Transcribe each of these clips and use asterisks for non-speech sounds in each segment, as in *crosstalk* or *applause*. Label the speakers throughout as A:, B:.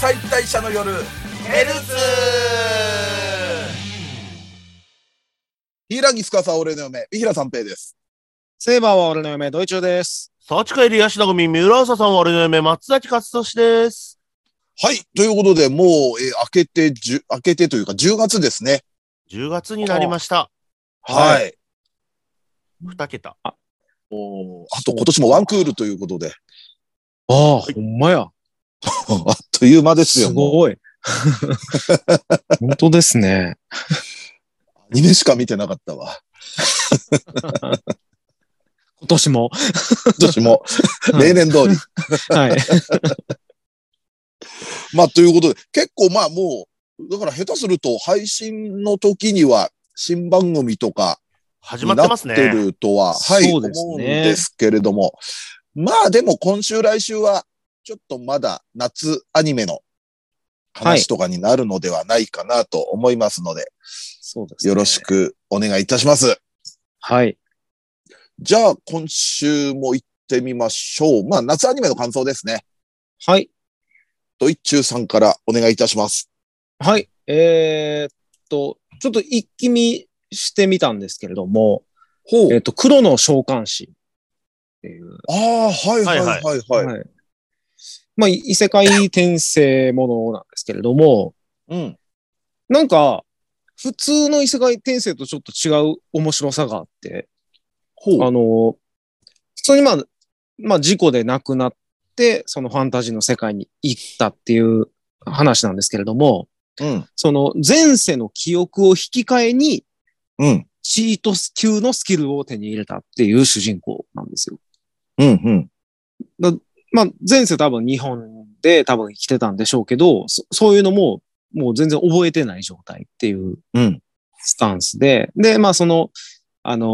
A: 解体者の夜ヘルツ平木司は俺の嫁、三平三平です。
B: セーバーは俺の嫁、ドイチューです。
C: サーチカイリヤシナ組、三浦朝さんは俺の夢、松崎勝利です。
A: はい。ということで、もう、えー明けて、じゅ明けてというか、10月ですね。。
C: 10月になりました。
B: はい
C: 2桁。
A: おーあと、今年もワンクールということで、 *laughs*
B: ああ、
C: い
B: ほんまや。
A: あっという間ですよ。
B: す
A: もう
B: ごい。 *laughs* 本当ですね。
A: アニメしか見てなかったわ。
B: 今年も。
A: 今年も、例年通り。
B: はい。
A: まあ、ということで、結構まあもう、だから下手すると配信の時には新番組とか
C: 始ま
A: に
C: って
A: な
C: ま
A: っ
C: す
A: て
C: ね。
A: るとは、はい、
B: そうですね
A: 思うんですけれども。まあでも今週来週は、ちょっとまだ夏アニメの話とかになるのではないかなと思いますので、
B: *laughs* そうです、
A: よろし。くお願いいたします。
B: はい。
A: じゃあ今週も行ってみましょう。まあ夏アニメの感想ですね。
B: はい。
A: ドイッチューさんからお願いいたします。
B: はい。えーっと、ちょっと一気見してみたんですけれども、
A: ほ
B: えーっと、黒の召喚師っていう。
A: ああ、はいはいはいはい。
B: はい。まあ、異世界転生ものなんですけれども、
A: うん。
B: なんか、普通の異世界転生とちょっと違う面白さがあって、
A: ほう。
B: あの、普通にまあ、まあ事故で亡くなって、そのファンタジーの世界に行ったっていう話なんですけれども、
A: うん。
B: その前世の記憶を引き換えに、
A: うん。
B: チート級のスキルを手に入れたっていう主人公なんですよ。
A: うん。うん。
B: まあ前世多分日本で多分生きてたんでしょうけど、そそういうのももう全然覚えてない状態っていう
A: うん。
B: スタンスで、で、まあその、あのー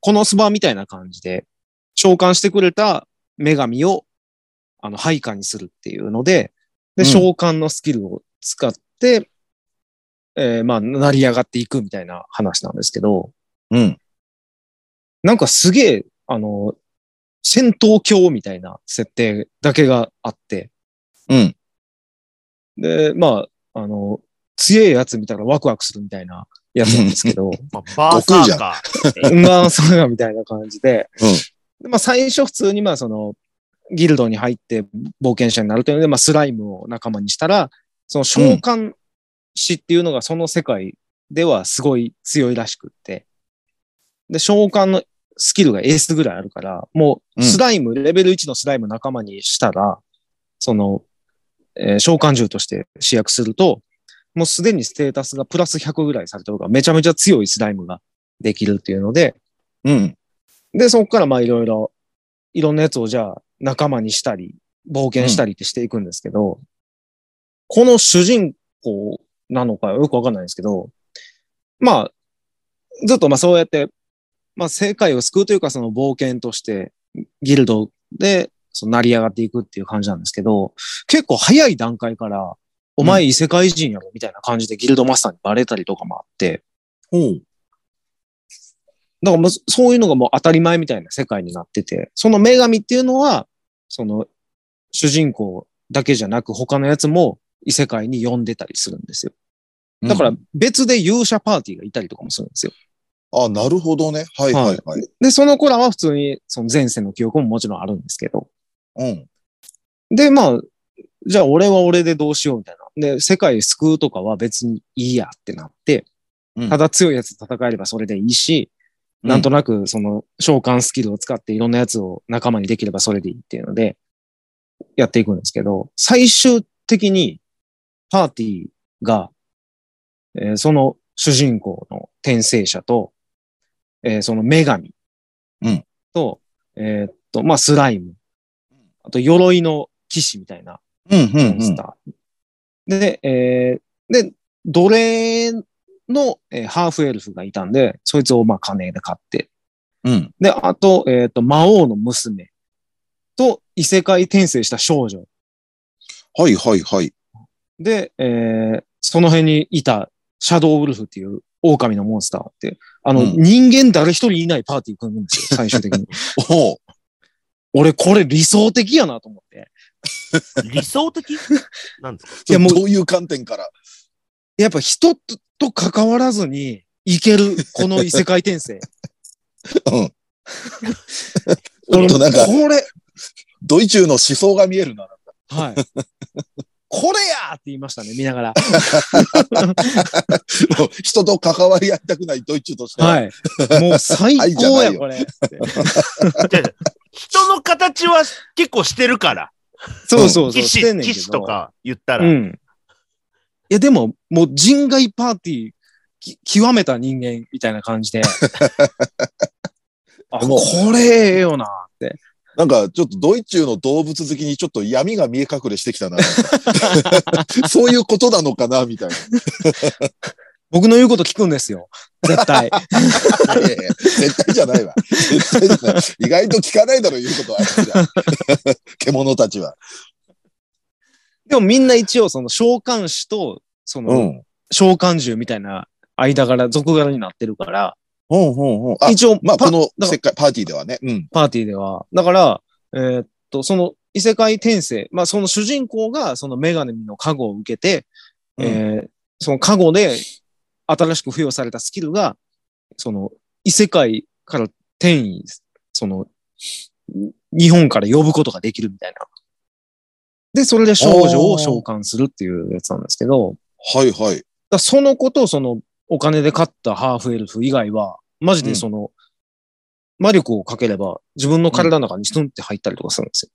B: このスバみたいな感じで、召喚してくれた女神を、あの、配下にするっていうので、
A: う
B: で、
A: ん
B: 召喚のスキルを使って、えーまあ、成り上がっていくみたいな話なんですけど、
A: うん。
B: なんかすげえ、あのー戦闘狂みたいな設定だけがあって、
A: うん。
B: で、まあ、あの強いやつ見たらワクワクするみたいなやつなんですけど、
C: まあ、バーサーカ
B: まあ、そうやみたいな感じで。
A: うん
B: でまあ、最初普通に、まあ、その、ギルドに入って冒険者になるというので、まあ、スライムを仲間にしたら、その召喚師っていうのがその世界ではすごい強いらしくって。で、召喚のスキルがエースぐらいあるから、もう、スライム、レベル1のスライム仲間にしたら、その、えー召喚獣として主役すると、もうすでにステータスがプラス100ぐらいされてるから、めちゃめちゃ強いスライムができるっていうので、
A: うん。
B: で、そこからまあいろいろ、いろんなやつをじゃあ仲間にしたり、冒険したりってしていくんですけど、この主人公なのかよくわかんないんですけど、まあ、ずっとまあそうやって、まあ世界を救うというかその冒険として、ギルドでその成り上がっていくっていう感じなんですけど、結構早い段階から、お前異世界人やろみたいな感じでギルドマスターにバレたりとかもあって、
A: ほう。
B: だからもうそそういうのがもう当たり前みたいな世界になってて、その女神っていうのは、その主人公だけじゃなく他のやつも異世界に呼んでたりするんですよ。だから
A: うん、
B: 別で勇者パーティーがいたりとかもするんですよ。
A: あ、なるほどね。はいはいはい。
B: で、その子らは普通にその前世の記憶ももちろんあるんですけど。
A: うん。
B: で、まあ、じゃあ俺は俺でどうしようみたいな。で、世界救うとかは別にいいやってなって
A: うん、
B: ただ強いやつと戦えればそれでいいし、なんとなくその召喚スキルを使っていろんなやつを仲間にできればそれでいいっていうので、やっていくんですけど、最終的にパーティーが、えーその主人公の転生者と、えーその女神
A: うん
B: と、えーっと、まあ、スライム、あと鎧の騎士みたいな
A: うんう
B: モ
A: ん
B: ン
A: う
B: ス
A: ん。
B: ター。で、えーで、奴隷の、えーハーフエルフがいたんで、そいつをまあ金で買って。
A: うん。
B: で、あと、えっ、と、魔王の娘と異世界転生した少女。
A: はいはいはい。
B: で、えーその辺にいたシャドウウルフっていう狼のモンスターって、あの、
A: うん
B: 人間誰一人いないパー
A: *laughs*
B: ティー組むんですよ、最終的に。
A: ほう。
B: 俺これ理想的やなと思って。
C: 理想的なんですか
B: いやもう
A: どういう観点から。
B: やっぱ人とと関わらずにいけ
A: *laughs*
B: る、この異世界転生。 *laughs*
A: うん。ちょっとなんか、
B: これ、
A: ドイチューの思想が見えるな。
B: はい。これやーって言いましたね、見なが
A: *laughs*
B: ら。
A: もう *laughs* 人と関わり合いたくないドイチューとしては。
B: はい。もう最
A: はいじゃ
B: 高
A: ない
B: や、
A: よ
B: こ
A: *laughs*
B: れ。
C: 違う違う人の形は結構してるから。
B: そう *laughs* そうそう。
C: 騎
B: し
C: 士
B: てん、ねんけ
C: 騎
B: ど
C: 士と。か言った
B: う
C: ら。
B: ん。いや、でも、もう人外パーティー、き極めた人間みたいな感
A: *laughs*
B: じで。あ、
A: もう
B: これええよなって。
A: なんか、ちょっとドイチューの動物好きにちょっと闇が見え隠れしてきたな。 *laughs* なんかそういうことなのかな、みたいな。
B: 僕の言うこと聞くんですよ。絶対。
A: いやいやいや絶対じゃないわ。絶対じゃない。意外と聞かないだろ、言うことはあいつら。 *laughs* 獣たちは。
B: でもみんな一応、その召喚師と、その、
A: うん。
B: 召喚獣みたいな間柄、俗柄になってるから、
A: ほうほうほう。あ、
B: 一応、
A: まあ、
B: パ
A: この
B: だから
A: 世界、パーティーではね。うん。
B: パーティーでは。だから、えーっと、その異世界転生、まあ、その主人公がそのメガネの加護を受けて、
A: うん
B: えーその加護で新しく付与されたスキルが、その異世界から転移、その、日本から呼ぶことができるみたいな。で、それで少女を召喚するっていうやつなんですけど、
A: はいはい。
B: だからそのことをそのお金で買ったハーフエルフ以外は、マジでその、魔力をかければ自分の体の中にスンって入ったりとかするんですよ。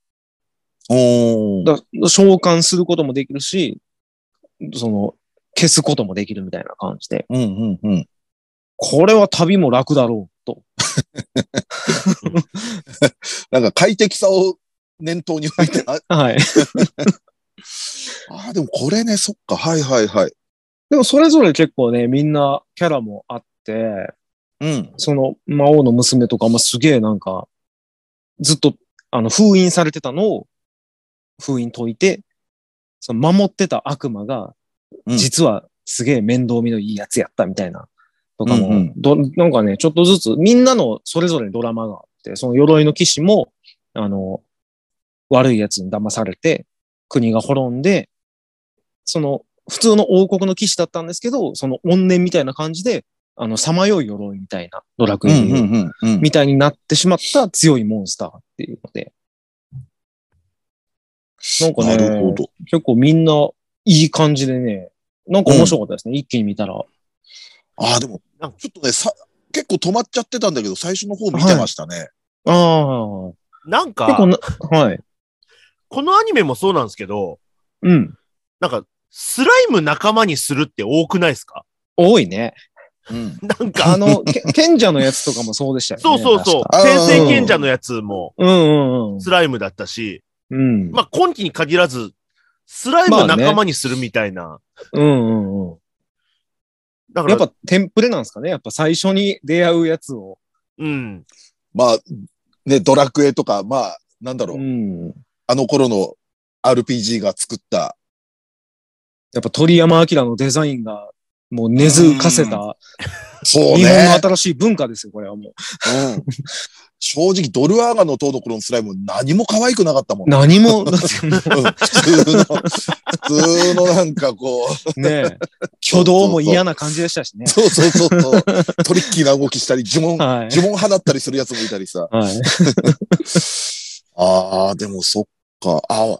A: おー
B: だから召喚することもできるし、その、消すこともできるみたいな感じで、
A: うんうんうん。
B: これは旅も楽だろうと。
A: なんか快適さを念頭に置いて、あ
B: はい。
A: あー、でもこれね、そっか。はいはいはい。
B: でもそれぞれ結構ね、みんなキャラもあって、
A: うん。
B: その魔王の娘とかもすげえなんか、ずっとあの封印されてたのを封印解いて、その守ってた悪魔が、
A: うん
B: 実はすげえ面倒見のいいやつやったみたいな、とかも、
A: うんうん
B: どなんかね、ちょっとずつみんなのそれぞれにドラマがあって、その鎧の騎士も、あの、悪いやつに騙されて、国が滅んで、その、普通の王国の騎士だったんですけど、その怨念みたいな感じで、あの、さまよい鎧みたいな、ドラク
A: う
B: エ
A: ん
B: でいう
A: う、んうんうん。
B: みたいになってしまった強いモンスターっていうので。なんか
A: な
B: ね、
A: るほど。
B: 結構みんないい感じでね、なんか面白かったですね、一気に見たら。
A: ああ、でも
C: なんか、
A: ちょっとね、さ、結構止まっちゃってたんだけど、最初の方見てましたね。
B: ああ、
C: なん
B: 結構
C: か、
B: な、はい。
C: このアニメもそうなんですけど、
B: うん。
C: なんか、スライム仲間にするって多くないですか
B: 多いね。
A: うん。
B: *laughs*
C: なんか、
B: あの、け賢者のやつとかもそうでしたよね。
C: そうそうそう
A: あ
B: 確。か
A: ー
C: 天聖賢者のやつも
B: うんうんうん
C: スライムだったし、。
B: うん。
C: まあ今期に限らず、スライム仲間にするみたいな。
B: うんうんうん。
C: だから、
B: やっぱテンプレなんですかねやっぱ最初に出会うやつを。
C: うん。
A: まあ、ね、ドラクエとか、まあ、なんだろう、
B: うん。
A: あの頃の RPG が作った、
B: やっぱ鳥山明のデザインがもう根付かせた
A: そう
B: 日本の
A: ね。
B: 新しい文化ですよ、これはもう。
A: うん、正直、ドルアーガの塔の頃のスライム、何も可愛くなかったもんね。*laughs*
B: 何も、だって
A: うん普通の、普通のなんかこう、
B: ね、挙動も嫌な感じでしたしね。
A: そうそうそうそう、トリッキーな動きしたり、呪文、
B: はい。
A: 呪文放ったりするやつもいたりさ。
B: はい。
A: ああ、でもそっか。あー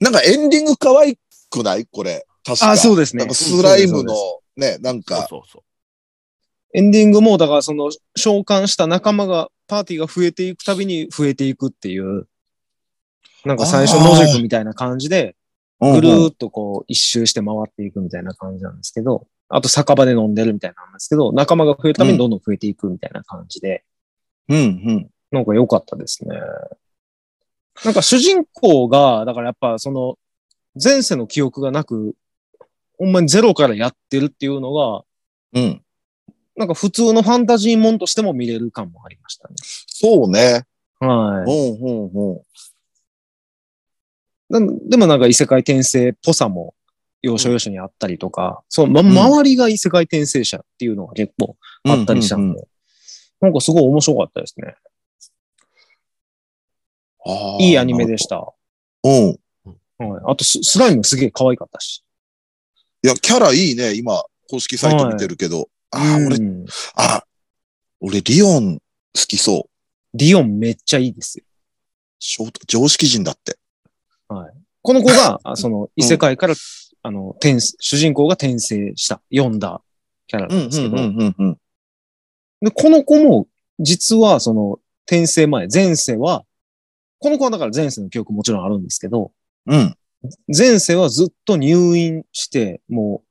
A: なんかエンディング可愛くないこれ。確か
B: あ、そうです
A: な
B: ね
A: んか。スライム
B: そうです
A: の
B: そうで
A: ね、なん
C: そう
A: か、
C: そうそう。
B: すエンディングも、だからその、召喚した仲間が、パーティーが増えていくたびに増えていくっていう、なんか最初
A: あー
B: ノジェクみたいな感じで、
A: ぐ
B: ぐるーっとこう一周して回っていくみたいな感じなんですけど、あと酒場で飲んでるみたいなんですけど、仲間が増えるたびにどんどん増えていくみたいな感じで、
A: うんうん。
B: なんか良かったですね。なんか主人公が、だからやっぱその、前世の記憶がなく、ほんまにゼロからやってるっていうのが、
A: うん。
B: なんか普通のファンタジーもんとしても見れる感もありましたね。
A: そうね。
B: は
A: う
B: い。
A: んうんうん。
B: なんでもなんか異世界転生っぽさも要所要所にあったりとか、その、ま、
A: ん
B: 周りが異世界転生者っていうのが結構あったりしたんで、
A: うんうんうん
B: なんかすごい面白かったですね。
A: あー
B: いいアニメでした。
A: うん。
B: はい、あとス、スライムすげえ可愛かったし。
A: いや、キャラいいね、今、公式サイト見てるけど。あー、
B: う
A: 俺、
B: ん
A: あ、俺、リオン好きそう。
B: ディオンめっちゃいいですよ。
A: ショート、常識人だって。
B: この子
A: *laughs*
B: が、あその、異世界から、あの、転生、主人公が転生した、読んだキャラなんですけど、
A: んうん。
B: で、この子も、実は、その、転生前、前世は、この子はだから前世の記憶もちろんあるんですけど、
A: うん。
B: 前世はずっと入院して、も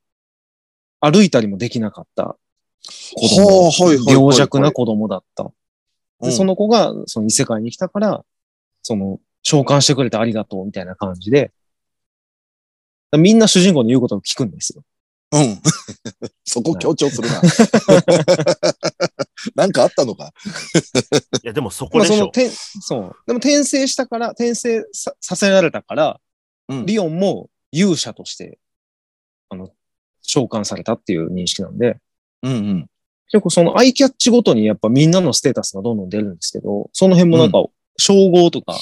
B: う、歩いたりもできなかった子供。
A: はあはいはいはいはい
B: 病弱な子供だった。
A: う
B: で、
A: ん
B: その子が、その異世界に来たから、その、召喚してくれてありがとう、みたいな感じで、みんな主人公の言うことを聞くんですよ。
A: うん。 *laughs* そこ強調するな。 *laughs* なんかあったのか。
C: いや、でもそこ
B: まあ、
C: で
B: そ
C: し
B: の、
C: ょ。
B: 転そう。でも転生したから、転生ささせられたから、
A: うん
B: リオンも勇者として、あの、召喚されたっていう認識なんで、
A: うんうん。
B: 結構そのアイキャッチごとにやっぱみんなのステータスがどんどん出るんですけど、その辺もなんか、称号とか、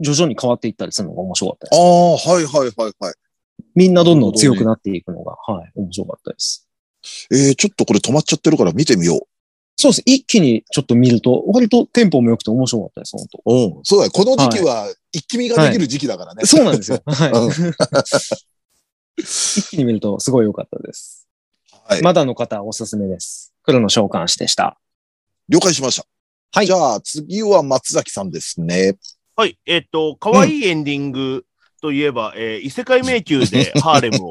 B: 徐々に変わっていったりするのが面白かったです
A: ああ、はいはいはいはい。
B: みんなどんどん強くなっていくのが、はい、面白かったです。
A: えー、ちょっとこれ止まっちゃってるから見てみよう。
B: そうです。一気にちょっと見ると、割とテンポも良くて面白かったです、本当。
A: うん。そうだよ。この時期は、一気見ができる時期だからね。
B: そうなん *laughs* ですよ。
A: う
B: は
A: ん
B: い。 *laughs* 一気に見るとすごい良かったです。
A: はい
B: まだの方はおすすめです。黒の召喚師でした。
A: *laughs* 了解しました。
B: はい
A: じゃあ、次は松崎さんですね。
C: はい。えっ、と、可愛いエンディングといえば、えー異世界迷宮でハーレ
B: *laughs*
C: ムを。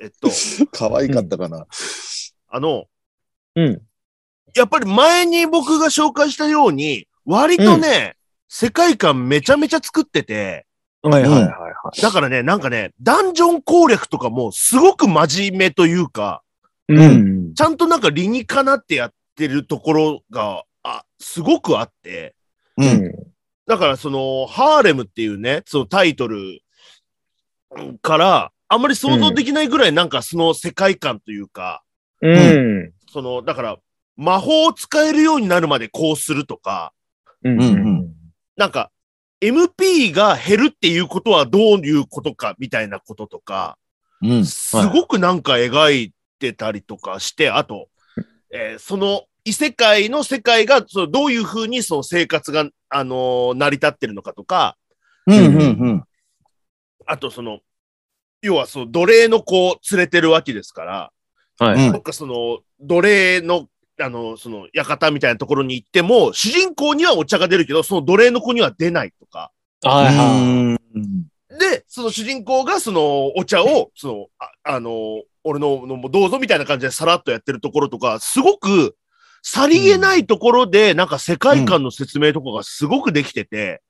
C: えっと、
A: 可愛かったかな。
C: あの、
B: うん。
C: やっぱり前に僕が紹介したように、割とね、世界観めちゃめちゃ作ってて、
B: はいはいはいはい。
C: だからね、なんかね、ダンジョン攻略とかもすごく真面目というか、
B: うんん。
C: ちゃんとなんか理にかなってやってるところが、あ、すごくあって、
A: う。
B: うんん。
C: だからその、ハーレムっていうね、そのタイトルから、あんまり想像できないぐらいなんかその世界観というか、
B: うん。
C: その、だから、魔法を使えるようになるまでこうするとか、
B: うん。うん。
C: なんか、MP が減るっていうことはどういうことかみたいなこととか、
A: うん。
C: すごくなんか描いてたりとかして、あと、えーその異世界の世界が、そのどういうふうにその生活が、あのー成り立ってるのかとか、
A: うん。うん。
C: あとその、要はその奴隷の子を連れてるわけですから、
B: はい。
A: うん
C: どっかその奴隷の、あの、その館みたいなところに行っても、主人公にはお茶が出るけど、その奴隷の子には出ないとか、
B: はいはい。
C: で、その主人公がそのお茶を、その、あ、あの俺ののもどうぞみたいな感じでさらっとやってるところとか、すごく、さりげないところで、なんか世界観の説明とかがすごくできてて、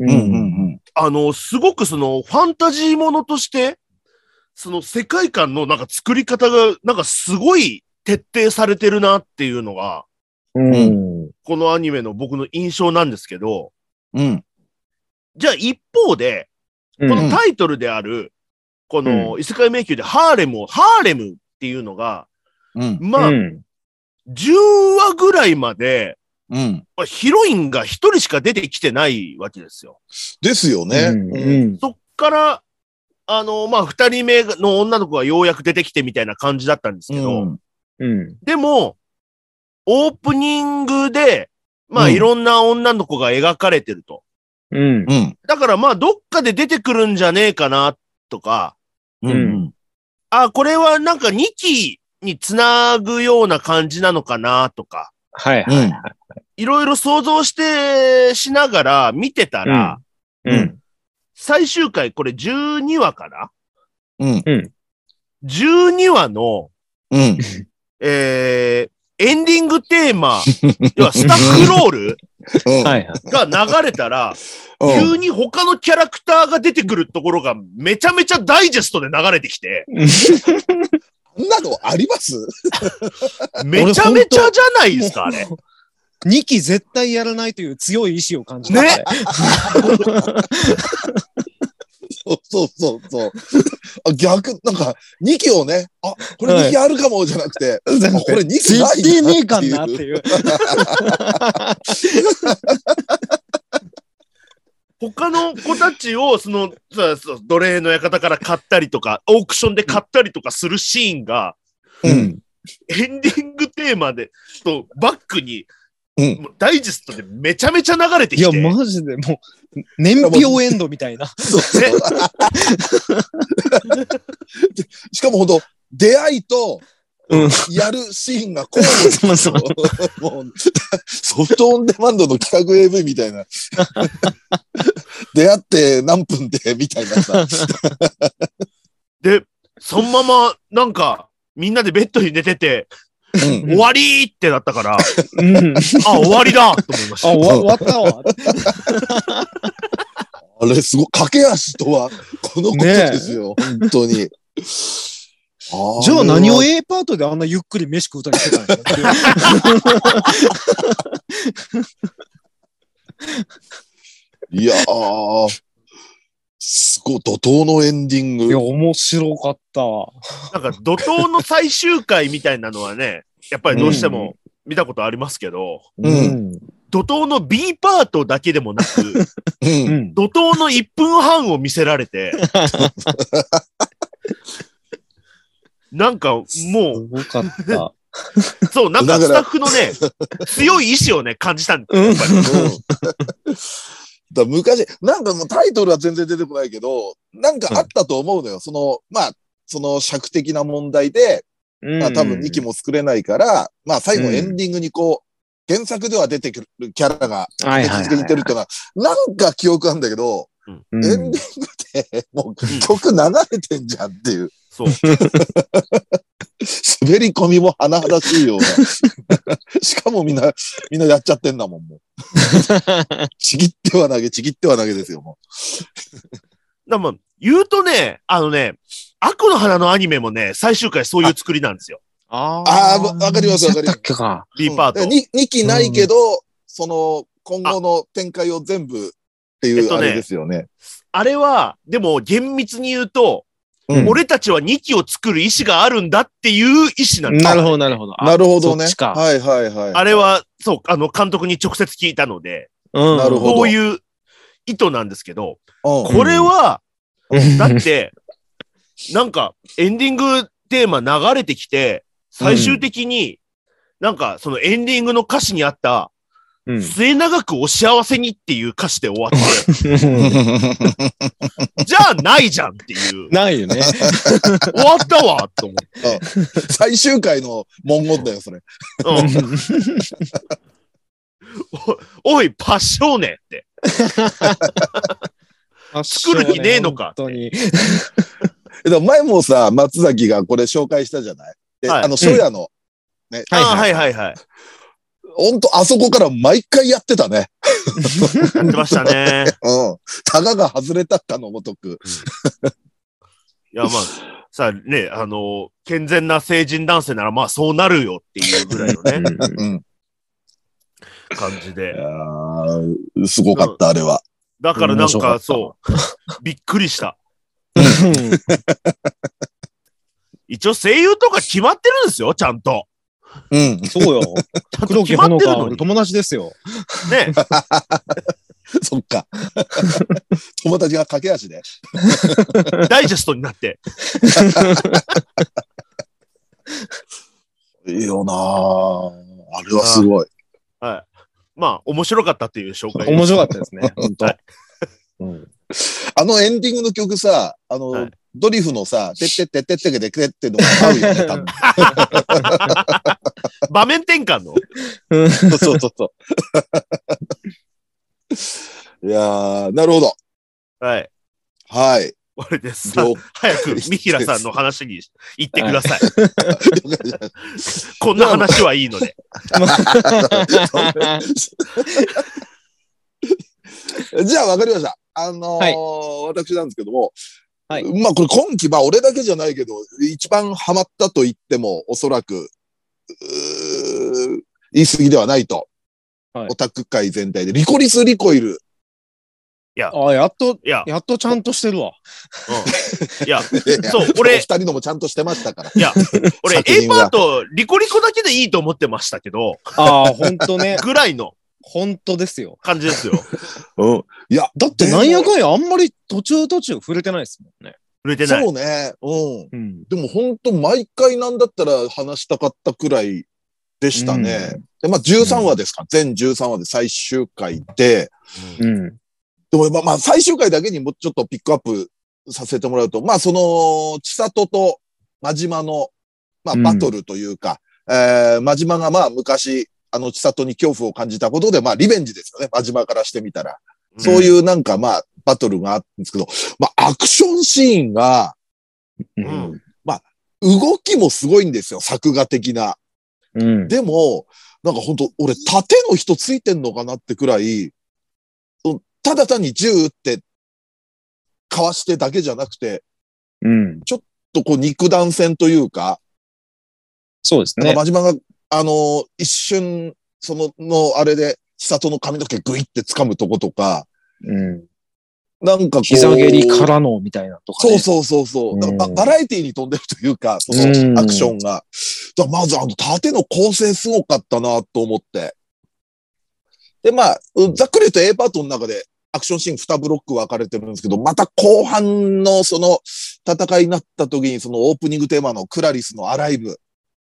A: うん。うん。うん。
C: あの、すごくそのファンタジーものとして、その世界観のなんか作り方が、なんかすごい徹底されてるなっていうのが、
B: うん。
C: このアニメの僕の印象なんですけど、
A: うん。
C: じゃあ一方で、
B: うん
C: このタイトルである、この異世界迷宮でハーレムを、ハーレムっていうのが、
A: うん。
C: まあ
B: う、ん
C: 10話ぐらいまで、
A: うん。
C: まあヒロインが一人しか出てきてないわけですよ。
A: ですよね。うん
B: うん。
C: そっから、あの、まあ、二人目の女の子がようやく出てきてみたいな感じだったんですけど、
A: うん
B: うん。
C: でも、オープニングで、まあ、
A: うん
C: いろんな女の子が描かれてると。
B: うん。
A: うん。
C: だからまあ、どっかで出てくるんじゃねえかな、とか、
A: うん。
C: あ、これはなんか2期につなぐような感じなのかなとか、
B: はいはいはい
C: ろいろ想像してしながら見てた
B: い。
C: ら、
B: うん。うん。
C: 最終回これ12話かな
A: うん。
C: ?12 話の、
A: うん。
C: えー、エンディングテ
A: *laughs*
C: ーマ、要はスタッフロール
B: はいはい。
C: が流れ
A: *laughs*
C: たら、急に他のキャラクターが出てくるところがめちゃめちゃダイジェストで流れて
A: *laughs*
C: きて、
A: こんなのあります *laughs*
C: めちゃめちゃじゃないですか、あれ。
B: 2期絶対やらないという強い意志を感じた。
C: ね
A: そうそうそう。あ逆、なんか、2期をね、あ、これ2期あるかも、じゃなくて、あこれ2期ない
B: 絶対ねえかんなって
A: う。
B: いう。
C: 他の子たちを、その、そうそう奴隷の館から買ったりとか、オークションで買ったりとかするシーンが、
A: う。ん。
C: エンディングテーマで、と、バックに、
A: うん
C: もうダイジェストでめちゃめちゃ流れて
B: い
C: き
B: や、
C: て。
B: マジでもう、年表エンドみたいな。
A: そうそう。しかもほんと、出会いと、
B: うん
A: やるシーンが交互に
B: そうそう。
A: *laughs* もうソフトオンデマンドの企画 AV みた
B: *laughs*
A: いな。出会って何分でみたいなさ。
C: で、そのまま、なんか、みんなでベッドに寝てて、
A: うん
B: ん
C: 終わりーってなったから、
B: うん。あ、
C: あ、終わりだと思いました。
B: 終わ終わったわ。
A: あれすごい、駆け足とは、このことですよ。本当に。
B: じゃあ何を
A: え
B: A パートであんなゆっくり飯食うたりしてたんやろ
A: いやー、すごい、怒涛のエンディン
B: いや、
A: グ。
B: 面白かったわ。。
C: なんか怒涛の最終回みたいなのはね、やっぱりどうしても見たことありますけど、
A: うん
C: 怒涛の B パートだけでもなく、
A: う。
B: うん
A: *laughs*
B: ん。
C: 怒涛の1分半を見せられて、なんかも
B: すごかった。
C: う、そう、なんか
A: だ
C: ス
A: か
C: タ
A: ら
C: ッフのね、
A: *laughs*
C: 強い意志をね、感じたんで
B: うん。
A: うんだから昔、なんかもうタイトルは全然出てこないけど、なんかあったと思うのよ。その、まあ、その尺的な問題で、まあ多分2期も作れないから、まあ最後
B: うん
A: エンディングにこう、原作では出てくるキャラが
B: うん。はい
A: 出
B: はい
A: 続けに
B: は
A: 出てるっていうのは、なんか記憶あるんだけど、
B: い。
A: エ
B: う
A: ン
B: ん
A: ディングってもう曲流れてんじゃんっていう、
C: そう。
A: 滑り込みも甚だしいような。
C: *laughs*
A: しかもみんな、みんなやっちゃってんだもん、もう。ちぎっては投げ、ちぎっては投げですよ、もう。
C: だからまあ言うとね、あのね、悪の花のアニメもね、最終回そういう作りなんですよ。
B: あ
A: あーわわかりますわかります
B: そうやったっけか。
C: B パート。
A: 2, 期ないけど、その、今後の展開を全部ってい
C: えっ
A: う
C: と
A: あ
C: ね
A: れですよね。
C: あれは、でも厳密に言うと、
A: うん
C: 俺たちは2期を作る意思があるんだっていう意思なんです
B: なるほど、なるほど。あ
A: なるほど
B: そ
A: ね
B: っち。か
A: はいはいはい。
C: あれは、そう、あの、監督に直接聞いたので、
B: うん
A: なるほど
C: こういう意図なんですけど、
A: うん、
C: これは、
B: うん
C: だって、なんか、エンディングテーマ流れてきて、最終的に、なんか、そのエンディングの歌詞にあった、
B: うん
C: 末永くお幸せにっていう歌詞で終わって、 *laughs* じゃあないじゃんっていう、
B: ないよ *laughs* ね。
C: 終わったわと思って。
A: *laughs* 最終回の文言だよ、それ。
C: うん
B: *laughs*
C: おい、パッションねって。
B: 作
C: る気ねえのか
B: 本当に。
A: でも前もさ、松崎がこれ紹介したじゃないで、
C: はい
A: あの、初夜の、ね。
B: はい
C: あはいはいはい。
A: ほんと、あそこから毎回やってたね。
C: やってましたね。
A: うん。タガが外れたかのごとく。
C: いや、まあ、さあね、あの、健全な成人男性なら、まあ、そうなるよっていうぐらいのね、
A: うん。
C: 感じ
A: いや
C: で。
A: ーすごかった、あれは。
C: だからなん
B: 面白か
C: か、
B: った
C: そう、びっくりした。
B: うん
C: 一応、声優とか決まってるんですよ、ちゃんと。
A: うん。
B: そうよ。
C: ちゃんと
B: 黒木
C: 決ま
B: ほの
C: ってる
B: か、
C: の
B: 俺
C: に。
B: 友達ですよ。
C: ね。
A: そっ
C: *laughs*
A: か。友達が駆け足で。
C: ダイジェストになって。
A: いいよなーあれはすごい。
C: はい。まあ、面白かったっていう紹介。
B: 面白かったです *laughs* ね。本当。うん
A: あのエンディングの曲さ、あの、
C: はい
A: ドリフのさ、てってってってってけてくれってのが合うよ
C: *laughs*
A: ね、多分。
C: 場面転換の。
A: そうそうそう。
C: *laughs*
A: いやー、なるほど。
C: はい。
A: はい。
C: これです。
A: 了
C: 早く、三平さんの話に行ってください。こんな話はいいので。
A: じゃあ、わかりました。あのー
B: はい
A: 私なんですけども、
B: はい
A: まあ、これ今期、まあ、俺だけじゃないけど、一番ハマったと言っても、おそらく、うー言い過ぎではないと。
B: はい
A: オタク界全体で、リコリス・リコイル、
B: あ、やっと、
C: いや、
B: やっとちゃんとしてるわ。
C: うんい
A: い
C: や、
A: や
C: そう
A: *laughs*
C: 俺
A: お二人のもちゃんとしてましたから。
C: いや、俺、
A: 作
C: A
A: 品が
C: パート、リコリコだけでいいと思ってましたけど、
B: ああ、本当ね。
C: ぐらいの。
B: 本当ですよ。
C: 感じですよ。触
A: うん。いや、
B: だって
A: でも
B: なんやかんやあんまり途中途中触れてないですもんね。
C: れてない。
A: そうね。うん。
B: うん。
A: でも本当毎回なんだったら話したかったくらいでしたね。で、まあ13話ですか。全13話で最終回で。
B: うん。
A: でもまあまあ最終回だけにもうちょっとピックアップさせてもらうと、まあその、千里と真島の、まあ
B: うん
A: バトルというか、えー、真島がまあ昔、あの千里に恐怖を感じたことで、まあリベンジですよね。真島からしてみたら。そう
C: う。
A: いうなんかまあバトルがあったんですけど、まあアクションシーンが
B: うん
C: うん
B: ん。
A: 動きもすごいんですよ。作画的な。
B: うん。
A: でも、なんか本当俺、縦の人ついてんのかなってくらい、そのただ単に銃撃って、かわしてだけじゃなくて、
B: うん。
A: とこう肉弾戦というか、
B: そうです
A: なん
B: ね
A: か。真島が、あのー一瞬、その、の、あれで、千里の髪の毛グイって掴むとことか、
B: うん。
A: なんかこう。
B: 膝蹴りからのみたいなとか
A: そう
B: ね。
A: そうそうそう。
B: うん
A: だからババラエティに飛んでるというか、そのアクションが。だからまずあの縦の構成すごかったなと思って。で、まあ、うざっくり言うと A パートの中でアクションシーン2ブロック分かれてるんですけど、また後半のその戦いになった時にそのオープニングテーマのクラリスのアライブ。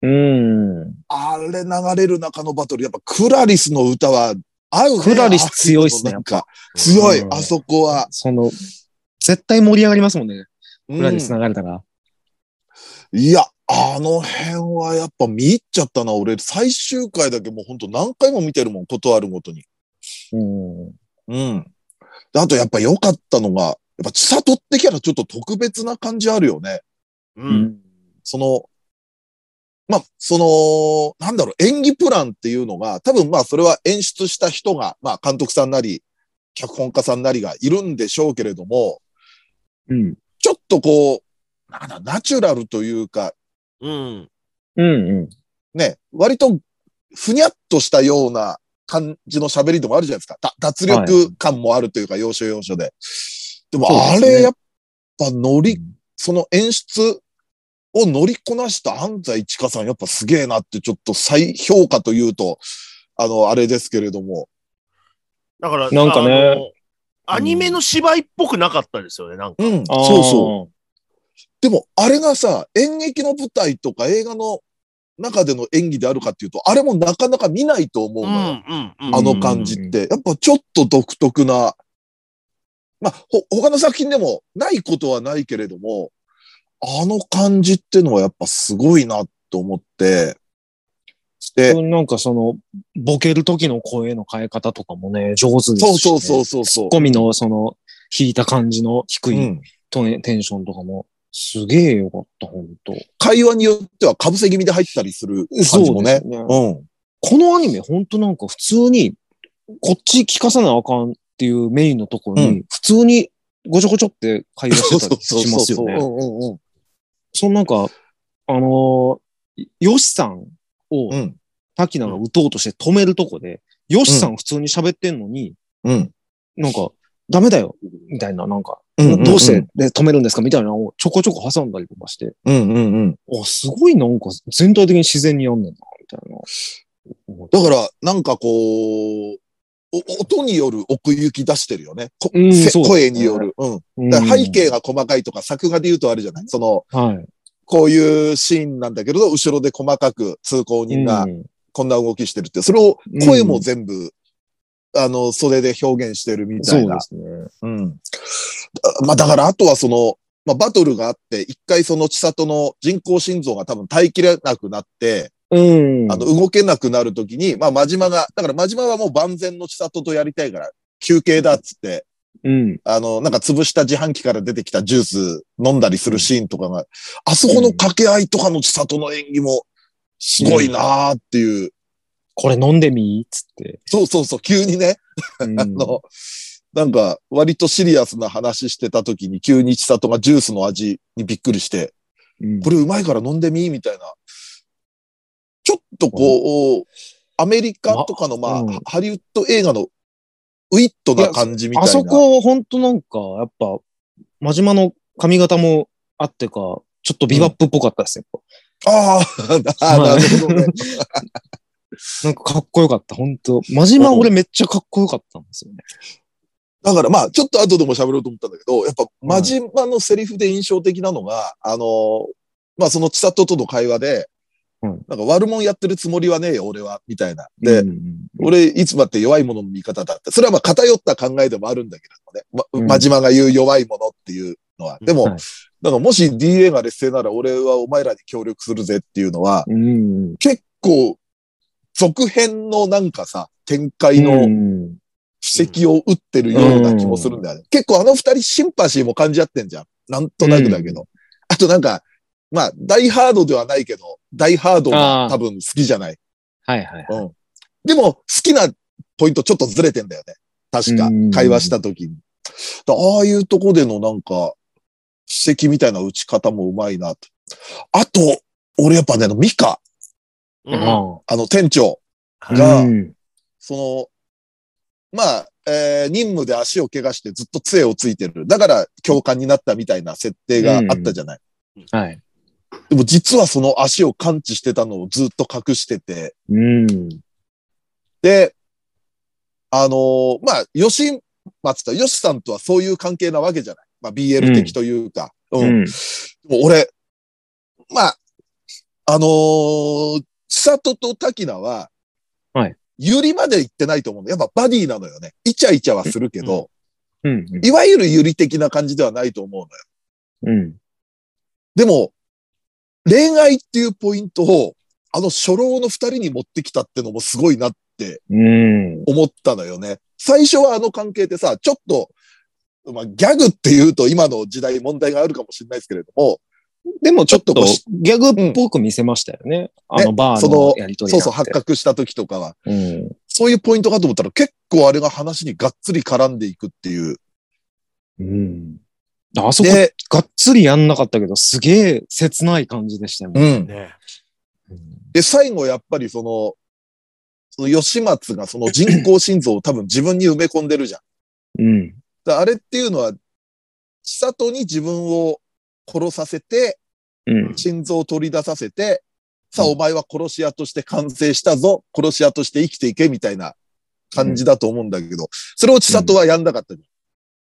B: うん。
A: あれ流れる中のバトル、やっぱクラリスの歌は合うね
B: クラリス強いっすね
A: なんか強い
B: うん、
A: あそこは。
B: その、絶対盛り上がりますもんね。
A: うん
B: 裏に繋がれたら。
A: いや、あの辺はやっぱ見入っちゃったな。俺、最終回だけもうほんと何回も見てるもん、ことあるごとに。
B: うん。
A: うん。であとやっぱ良かったのが、やっぱ千里ってキャラちょっと特別な感じあるよね。
C: う。
B: うんん。
A: その、まあ、その、なんだろう、演技プランっていうのが、多分まあそれは演出した人が、まあ監督さんなり、脚本家さんなりがいるんでしょうけれども、
B: うん。
A: ちょっとこう、なんだ、ナチュラルというか、
C: うん。
B: うん。うん。
A: ね、割とふにゃっとしたような感じの喋りでもあるじゃないですか。だ脱力感もあるというか、要所要所で。でも、
B: そう
A: あ
B: ですね
A: れ、やっぱ乗り、その演出を乗りこなした安西千佳さん、やっぱすげえなって、ちょっと再評価というと、あの、あれですけれども。
C: だから、
B: なんかね
C: あの。アニメの芝居っぽくなかったですよね、なんか。
A: うん、
B: あー
A: そうそう。でも、あれがさ、演劇の舞台とか映画の中での演技であるかっていうと、あれもなかなか見ないと思う
C: う
A: の
C: ん、う
A: よ。
C: ん、うん。
A: あの感じって、やっぱちょっと独特な、まあ、ほ、他の作品でもないことはないけれども、あの感じってのはやっぱすごいなと思って、で、
B: なんかその、ボケる時の声の変え方とかもね、上手ですし、ね。
A: そうそうそう
B: う。
A: そうそう。
B: ゴミのその、弾いた感じの低
A: う
B: い
A: ん
B: トンテンションとかも、すげえよかった、ほんと。
A: 会話によっては被せ気味で入ったりする感じもね。う
B: ね
A: ん。
B: このアニメ、ほんとなんか普通に、こっち聞かさなあかんっていうメインのところ
A: う
B: に、普通にごちょごちょって会話
A: そう
B: し
A: そ
B: てた
A: う
B: り
A: そう
B: します
A: そ
B: よ
A: う。
B: ね。
A: うんうんうん
B: そのなんか、あのー、ヨシさんを
A: うん、
B: 滝名が打とうとして止めるとこで、ヨシさん普通に喋ってんのに、
A: うん
B: なんか、ダメだよ、みたいな、なんか、
A: うんうん。
B: どうしてで止めるんですかみたいなのをちょこちょこ挟んだりとかして、
A: うんうんうん。
B: あ、すごいなんか全体的に自然にやんねんな、みたいな思って。
A: だから、なんかこう、お音による奥行き出してるよね。こ
B: うん
A: せ
B: そう
A: 声
B: ですね
A: による。うん。だから背景が細かいとか、作画で言うとあれじゃないその、
B: うん、はい。
A: こういうシーンなんだけど、後ろで細かく通行人が
B: うん
A: こんな動きしてるって、それを
B: うん
A: 声も全部、あの、袖で表現してるみた
B: そ
A: いうな
B: で。すね。
A: うん。あまあだから、あとはその、まあバトルがあって、一回その千里の人工心臓が多分耐えきれなくなって、
B: うん。
A: あの、動けなくなるときに、まあ真島が、だから真島はもう万全の千里とやりたいから、休憩だっつって、
B: うん。
A: あの、なんか潰した自販機から出てきたジュース飲んだりするシーンとかが、あそこの掛け合いとかの千里の演技もすごいなーっていう、
B: これ飲んでみーっつって。
A: そうそうそう、急にね、
B: *laughs* うん
A: あの、なんか割とシリアスな話してた時に急に千里がジュースの味にびっくりして、
B: うん
A: これうまいから飲んでみみたいな。ちょっとこう、アメリカとかのまあ、
B: うん
A: ハリウッド映画のウィットな感じみたい
B: あ
A: な。
B: そこ、ほんとなんか、やっぱ、真島の髪型もあってか、ちょっとビバップっぽかったですよ。
A: ああ、ななるほどね。
B: なんかかっこよかった、本当真島俺めっちゃかっこよかったんですよね。
A: だからまあ、ちょっと後でも喋ろうと思ったんだけど、やっぱ、真島のセリフで印象的なのが、あの、まあその千里との会話で、
B: うん
A: なんか悪者やってるつもりはねえよ、俺は、みたいな。で、
B: うんうん
A: 俺、いつまって弱い者の味方だって。それはまあ偏った考えでもあるんだけれどもね。ま、
B: うん
A: 真島が言う弱い者っていうのは。でも、
B: うんはい
A: なんかもし DA が劣勢なら俺はお前らに協力するぜっていうのは、
B: うんうん
A: 結構、続編のなんかさ、展開
B: うんう
A: の
B: ん
A: 布石を打ってるような気もするんだよね。結構あの二人シンパシーも感じ合ってんじゃん。なんとなくだけど。あとなんか、まあ、ダイハードではないけど、ダイハードが多分好きじゃない。
B: はいはい。
A: うん。でも、好きなポイントちょっとずれてんだよね。確か
B: うん、
A: 会話した時に。だああいうとこでのなんか、布石みたいな打ち方もうまいなと。あと、俺やっぱね、ミカ、
C: うん
A: あの店長、
B: うん
A: が
B: うん
A: その、まあ、えー任務で足を怪我してずっと杖をついてる。だから教官になったみたいな設定があったじゃない。
B: はい。
A: でも実はその足を感知してたのをずっと隠してて、
B: うん。
A: で、あのーまあ、吉松と、吉さんとはそういう関係なわけじゃない。まあ、BL 的というか。うん。
B: うん
A: もう俺、まあ、あのー千里と滝名は、
B: はい。
A: ゆりまで行ってないと思うの。やっぱバディなのよね。イチャイチャはするけど、
B: うん。
A: いわゆるゆり的な感じではないと思うのよ。
B: うん。
A: でも、恋愛っていうポイントを、あの初老の二人に持ってきたってのもすごいな
B: うん。
A: 思ったのよね。最初はあの関係ってさ、ちょっと、まあ、ギャグって言うと今の時代問題があるかもしれないですけれども、
B: でもちょっと
A: ちょっとこ
B: ギャグっぽく見せましたよね。あのバー
A: そ
B: の
A: の
B: やりとり
A: そうそう発
B: 覚。
A: 覚した時とかは、
B: うん。
A: そういうポイントかと思ったら結構あれが話にがっつり絡んでいくっていう。
B: うん。あそこ、
A: で、
B: がっつりやんなかったけど、すげえ切ない感じでしたよ
A: う
B: ね。
A: ん。
C: ね
A: で、最後やっぱりその、その吉松がその人工心臓を多分自分に埋め込んでるじゃん。
B: うん。
A: だあれっていうのは、千里に自分を殺させて、
B: うん。
A: 心臓を取り出させて、さあお前は殺し屋として完成したぞ、殺し屋として生きていけみたいな感じだと思うんだけど、それを千里はやんなかったじゃ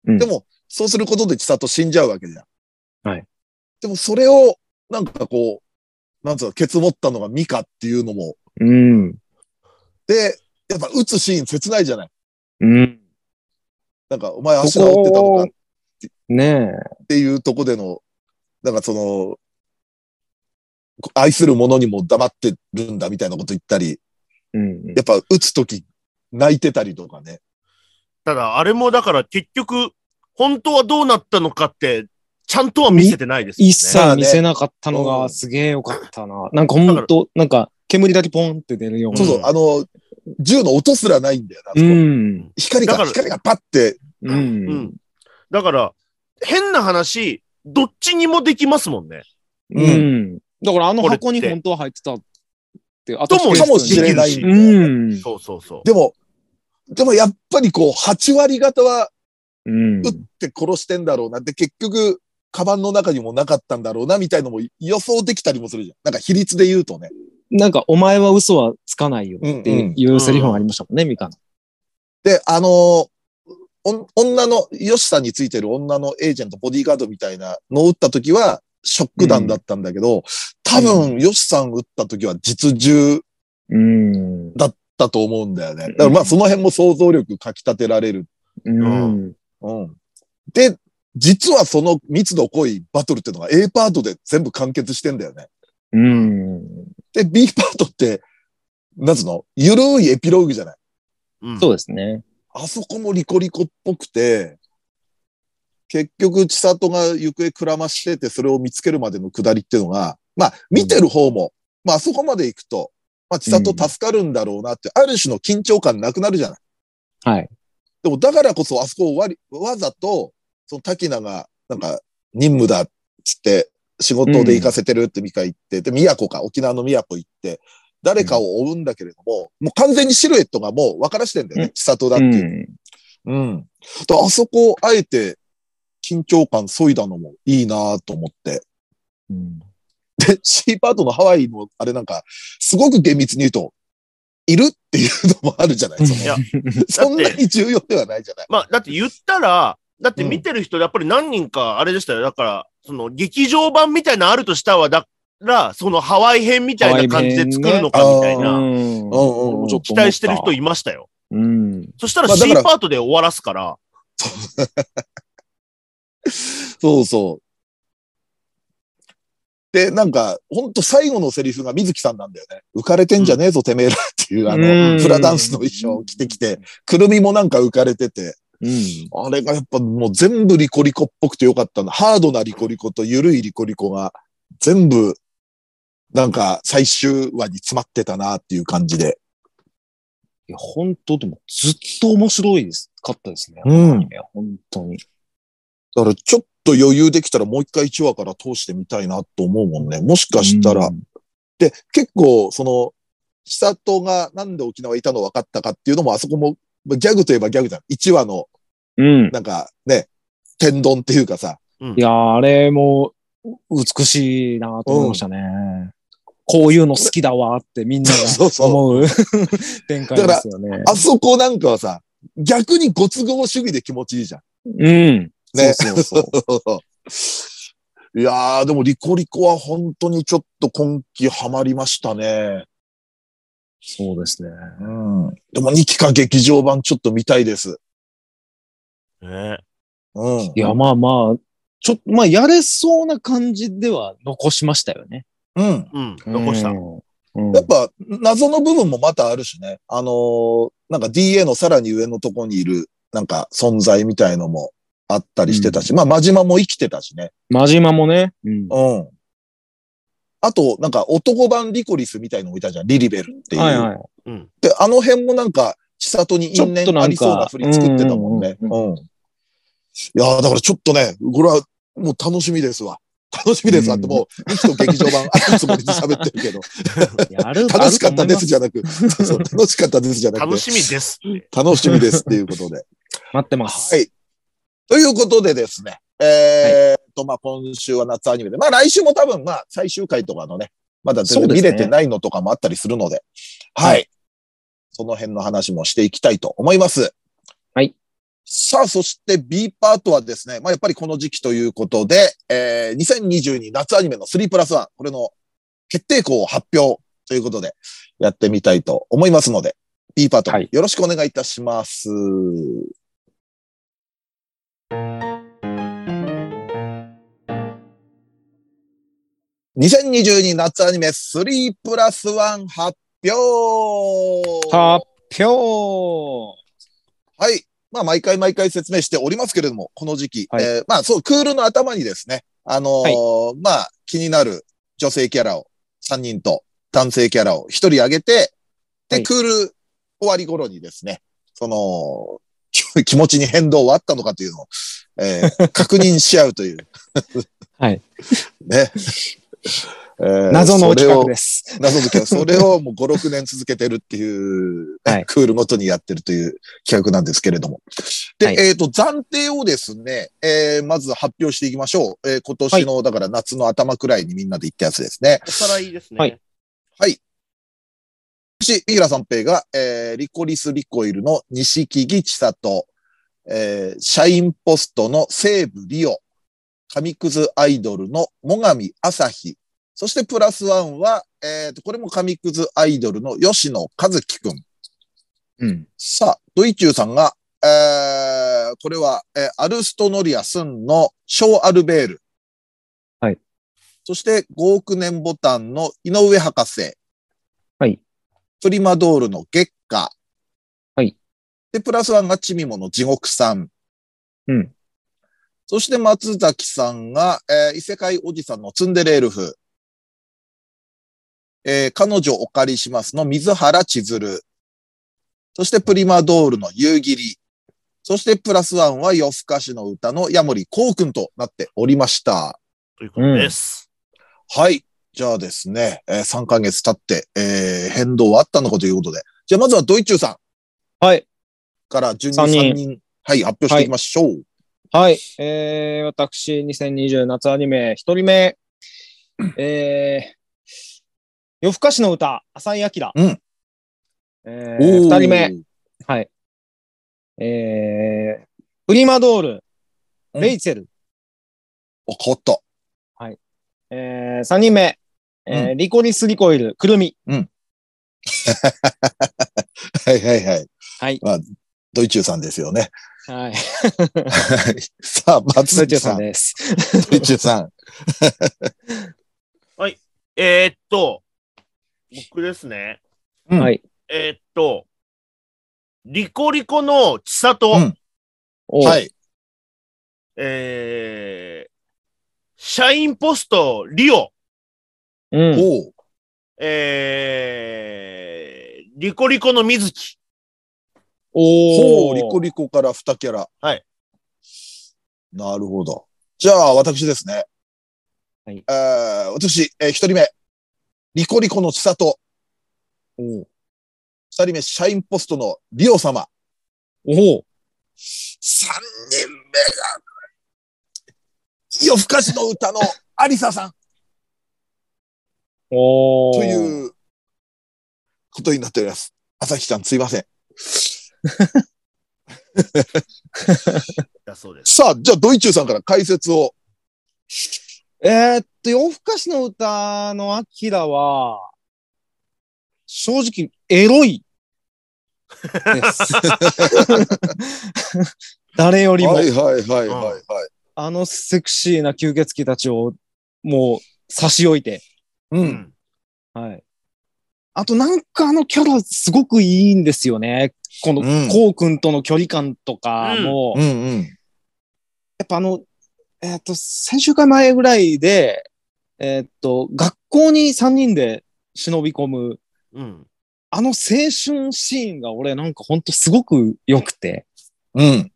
B: うん
A: ん。でも、そうすることで千里死んじゃうわけじゃん。
B: はい。
A: でもそれを、なんかこう、なんつうの、ケツ持ったのがミカっていうのも、
B: うん。
A: で、やっぱ撃つシーン切ないじゃない。
B: うん。
A: なんか、お前足が折ってたのか
B: ね
A: っていうとこでの、なんかその、愛する者にも黙ってるんだみたいなこと言ったり、
B: え。うん
A: や。っぱ打つとき泣いてたりとかね。
C: ただ、あれもだから結局、本当はどうなったのかって、ちゃんとは見せてないですよね。
B: 一切見せなかったの
A: まあ
B: が
A: ね
B: すげえよかったな。なんかほんと、なんか煙だけポンって出るような。
A: そうそう、あの、銃の音すらないんだよな。あそこ
B: うん。
A: 光
C: だか
A: が、
C: ら
A: 光がパッて、
B: う。
C: うんん。だから、変な話、どっちにもできますもんね。
A: うん
B: うん。だからあの
C: これって
B: 箱に本当は入ってたって、あ
C: とも
A: かもしれないんだよね。
B: うん。
C: そうそうそう。
A: でも、でもやっぱりこう、8割方は
B: うん。
A: 撃って殺してんだろうなって、結局、カバンの中にもなかったんだろうな、みたいのも予想できたりもするじゃん。なんか比率で言うとね。
B: なんか、お前は嘘はつかないよって
A: うん
B: いうセリフがありましたもんね、ミカの。
A: で、あのーお女の、ヨシさんについてる女のエージェント、ボディーガードみたいなのを撃った時は、ショック弾だったんだけど、多分、ヨシさん撃った時は実銃
B: うん。
A: だと思うんだよね。だからまあその辺も想像力かき立てられる。
B: うん。
A: うん。で、実はその密度濃いバトルっていうのが A パートで全部完結してんだよね。
B: うん。
A: で、B パートって、なんつうのゆるいエピローグじゃない
C: うん
B: そうですね。
A: あそこもリコリコっぽくて、結局、千里が行方くらましてて、それを見つけるまでの下りっていうのが、まあ、見てる方も、まあ、あそこまで行くと、まあ、千里助かるんだろうなって、ある種の緊張感なくなるじゃない。
B: はい。
A: でも、だからこそ、あそこをわりわざと、その滝名が、なんか、任務だっつって、仕事で行かせてるってミカ言って、で、宮古か、沖縄の宮古行って、誰かを追うんだけれども、もう完全にシルエットがもう分からしてんだよね、
B: うん
A: 千里だっ
B: う
A: ていう。
B: ん。
A: うん。だあそこをあえて緊張感削いだのもいいなと思って。
B: うん
A: で、C パートのハワイのあれなんか、すごく厳密に言うと、いるっていうのもあるじゃないその
C: いや
A: そんなに重要ではないじゃない。
C: まあ、だって言ったら、だって見てる人、やっぱり何人か、あれでしたよ。だから、その、劇場版みたいなのあるとしたら、だから、その、ハワイ編みたいな感じで作るのかみたい
A: ハワイ
C: な、
B: ん
A: うんうんちょっ
C: 期待してる人いましたよ。
B: うん。
C: そしたら
A: まあだ
C: C
A: から
C: パートで終わらすから、
A: そうそう。で、なんか、ほんと最後のセリフが水木さんなんだよね。浮かれてんじゃねえぞ、てめえらっていう、あ
B: うん
A: の、フラダンスの衣装を着てきて、くるみもなんか浮かれてて、
B: うん。
A: あれがやっぱもう全部リコリコっぽくてよかったな。ハードなリコリコとゆるいリコリコが、全部、なんか最終話に詰まってたなっていう感じで。
B: いや、本当でもずっと面白いです。かったですね。
A: うん
B: いや、本当に。
A: だからちょっと余裕できたらもう一回1話から通してみたいなと思うもんね。もしかしたら
B: う。ん
A: で、結構、その、久人がなんで沖縄いたの分かったかっていうのも、あそこも、まあギャグといえばギャグじゃん。1話の、
B: うん。
A: なんかね、天丼っていうかさ、
B: いやー、あれもう美しいなと思いましたね。こういうの好きだわってみんな
A: そう
B: が
A: そう
B: 思う展開ですよね。
A: あそこなんかはさ、逆にご都合主義で気持ちいいじゃん。
B: うん。
A: ね
B: そうそうそう。
A: いやー、でもリコリコは本当にちょっと今季ハマりましたね。
B: そうですね。
A: うん。でも2期か劇場版ちょっと見たいです。
C: ね
A: うん。
B: いや、まあまあ、ちょっと、まあ、やれそうな感じでは残しましたよね。
A: うん。
C: うん、残した。
B: うん。
A: やっぱ、謎の部分もまたあるしね。あのーなんか DA のさらに上のとこにいる、なんか存在みたいのもあったりしてたし、まあ、真島も生きてたしね。
B: 真島もね。うん。
A: うん。あと、なんか男版リコリスみたいのもいたじゃん。リリベルっていう。
B: はいはい。
A: で、あの辺もなんか、千里に因縁ありそうな振り作ってたもんね。
B: ちょっとなんか
A: うん。いやーだからちょっとね、これはもう楽しみですわ。楽しみですわって、もう、ミキと劇場
B: *laughs*
A: 版、あるつもりで喋ってるけど、
B: やる
A: 楽しかったですじゃなく、そうそう楽しかったですじゃなくて。
C: 楽しみです。
A: 楽しみですっていうことで。
B: 待ってます。
A: はい。ということでですね。えーっと、まあ、今週は夏アニメで。まあ、来週も多分、まあ、最終回とかのね、まだ全
B: そう
A: 然
B: で
A: 見
B: すね
A: れてないのとかもあったりするので、はい、その辺の話もしていきたいと思います。
B: はい。
A: さあ、そして B パートはですね、まあ、やっぱりこの時期ということで、えー、2022夏アニメの3プラス1、これの決定校を発表ということで、やってみたいと思いますので、B パート
B: はい
A: よろしくお願いいたします。2022夏アニメ3プラス1発表
B: 発表
A: はい。まあ、毎回毎回説明しておりますけれども、この時期、
B: はい
A: えーまあ、そう、クールの頭にですね、あのーまあ、気になる女性キャラを3人と男性キャラを1人上げて、で、
B: はい
A: クール終わり頃にですね、その、 *laughs* き気持ちに変動はあったのかというのを、えー *laughs* 確認し合うという。
B: はい。
A: *laughs*
B: *laughs*
A: ね。えー
B: 謎の企
A: それ
B: 画
A: を
B: です。
A: 謎付けを、それをもう5、6年続けてるっていう、
B: は
A: *laughs*
B: い
A: クールごとにやってるという企画なんですけれども。で、
B: はい
A: えっ、と、暫定をですね、えーまず発表していきましょう。えー今年の、だから夏の頭くらいにみんなで行ったやつですね。
C: おさらいですね。
B: はい
A: 私、三浦三平が、えーリコリスリコイルの西木千里、えーシャインポストの西武リオ、神くずアイドルの最上朝日、そしてプラスワンは、えーと、これも神くずアイドルの吉野和樹くん。
B: うん。
A: さあ、ドイチューさんが、えー、これは、えーアルストノリアスンのショーアルベール。
B: はい。
A: そして、5億年ボタンの井上博士。
B: はい。
A: プリマドールの月下。
B: はい。
A: で、プラスワンがチミモの地獄さん。
B: うん。
A: そして、松崎さんが、えー異世界おじさんのツンデレエルフ。えー彼女お借りしますの水原千鶴。そしてプリマドールの夕霧。そしてプラスワンは夜更かしの歌のヤモリコウ君となっておりました。
C: ということです。
A: はい。じゃあですね、えー3ヶ月経って、えー変動はあったのかということで。じゃあまずはドイチューさん
B: はい。
A: から順に
B: 三人
A: 3人、はい、発表していきましょう。
B: はい。えー、私、2020夏アニメ、一人目。えー、夜更かしの歌、浅井明。
A: うん
B: えー、二人目。。はい。えー、プリマドール、
A: うん
B: レイチェル。
A: お、変わった。
B: えー、三人目。えー
A: う
B: リコリスリコイル、くるみ。
A: はいはいはい。
B: はい。
A: ドイチューさんですよね。
B: *laughs* は
A: は
B: い。
A: いさあ、松
B: スタ
A: 崎
B: ジオさ
A: さん、
B: んです。
A: ドイチューさん。
C: えーっと、僕ですね。
A: うん
B: はい。
C: えーっと、リコリコの千里、
A: うん
B: おう
A: はい。
C: えー、シャインポストリオ、
B: うん。
A: おう
C: えー、リコリコの水木、
A: ほう、リコ
B: リ。
A: リコから2キャラ。
C: はい。
A: なるほど。じゃあ、私ですね。
B: はい
A: えー私、えー、1人目、リコリコの千里。お2人目、シャインポストのリオ様。
B: お
A: 3
B: う
A: 人目が、夜更かしの歌のアリサさん
B: お
A: と
B: う。
A: いうことになっております。朝日ちゃん、すいません。
C: だそうです。
A: さあ、じゃあ、ドイチューさんから解説を。
B: えーっと、夜更かしの歌のアキラは、正直、エロい。
A: *laughs*
B: です。誰よりも
A: は、いはいはいはいはい。
B: あのセクシーな吸血鬼たちを、もう、差し置いて。
A: う。
C: うんん。
B: はい。あと、なんかあのキャラ、すごくいいんですよね。この
A: うん、
B: こうくんとの距離感とかも、
A: うんうん。
B: やっぱあの、えーっと、先週か前ぐらいで、えーっと、学校に3人で忍び込む、
C: うん。
B: あの青春シーンが俺なんかほんとすごく良くて、
A: うん。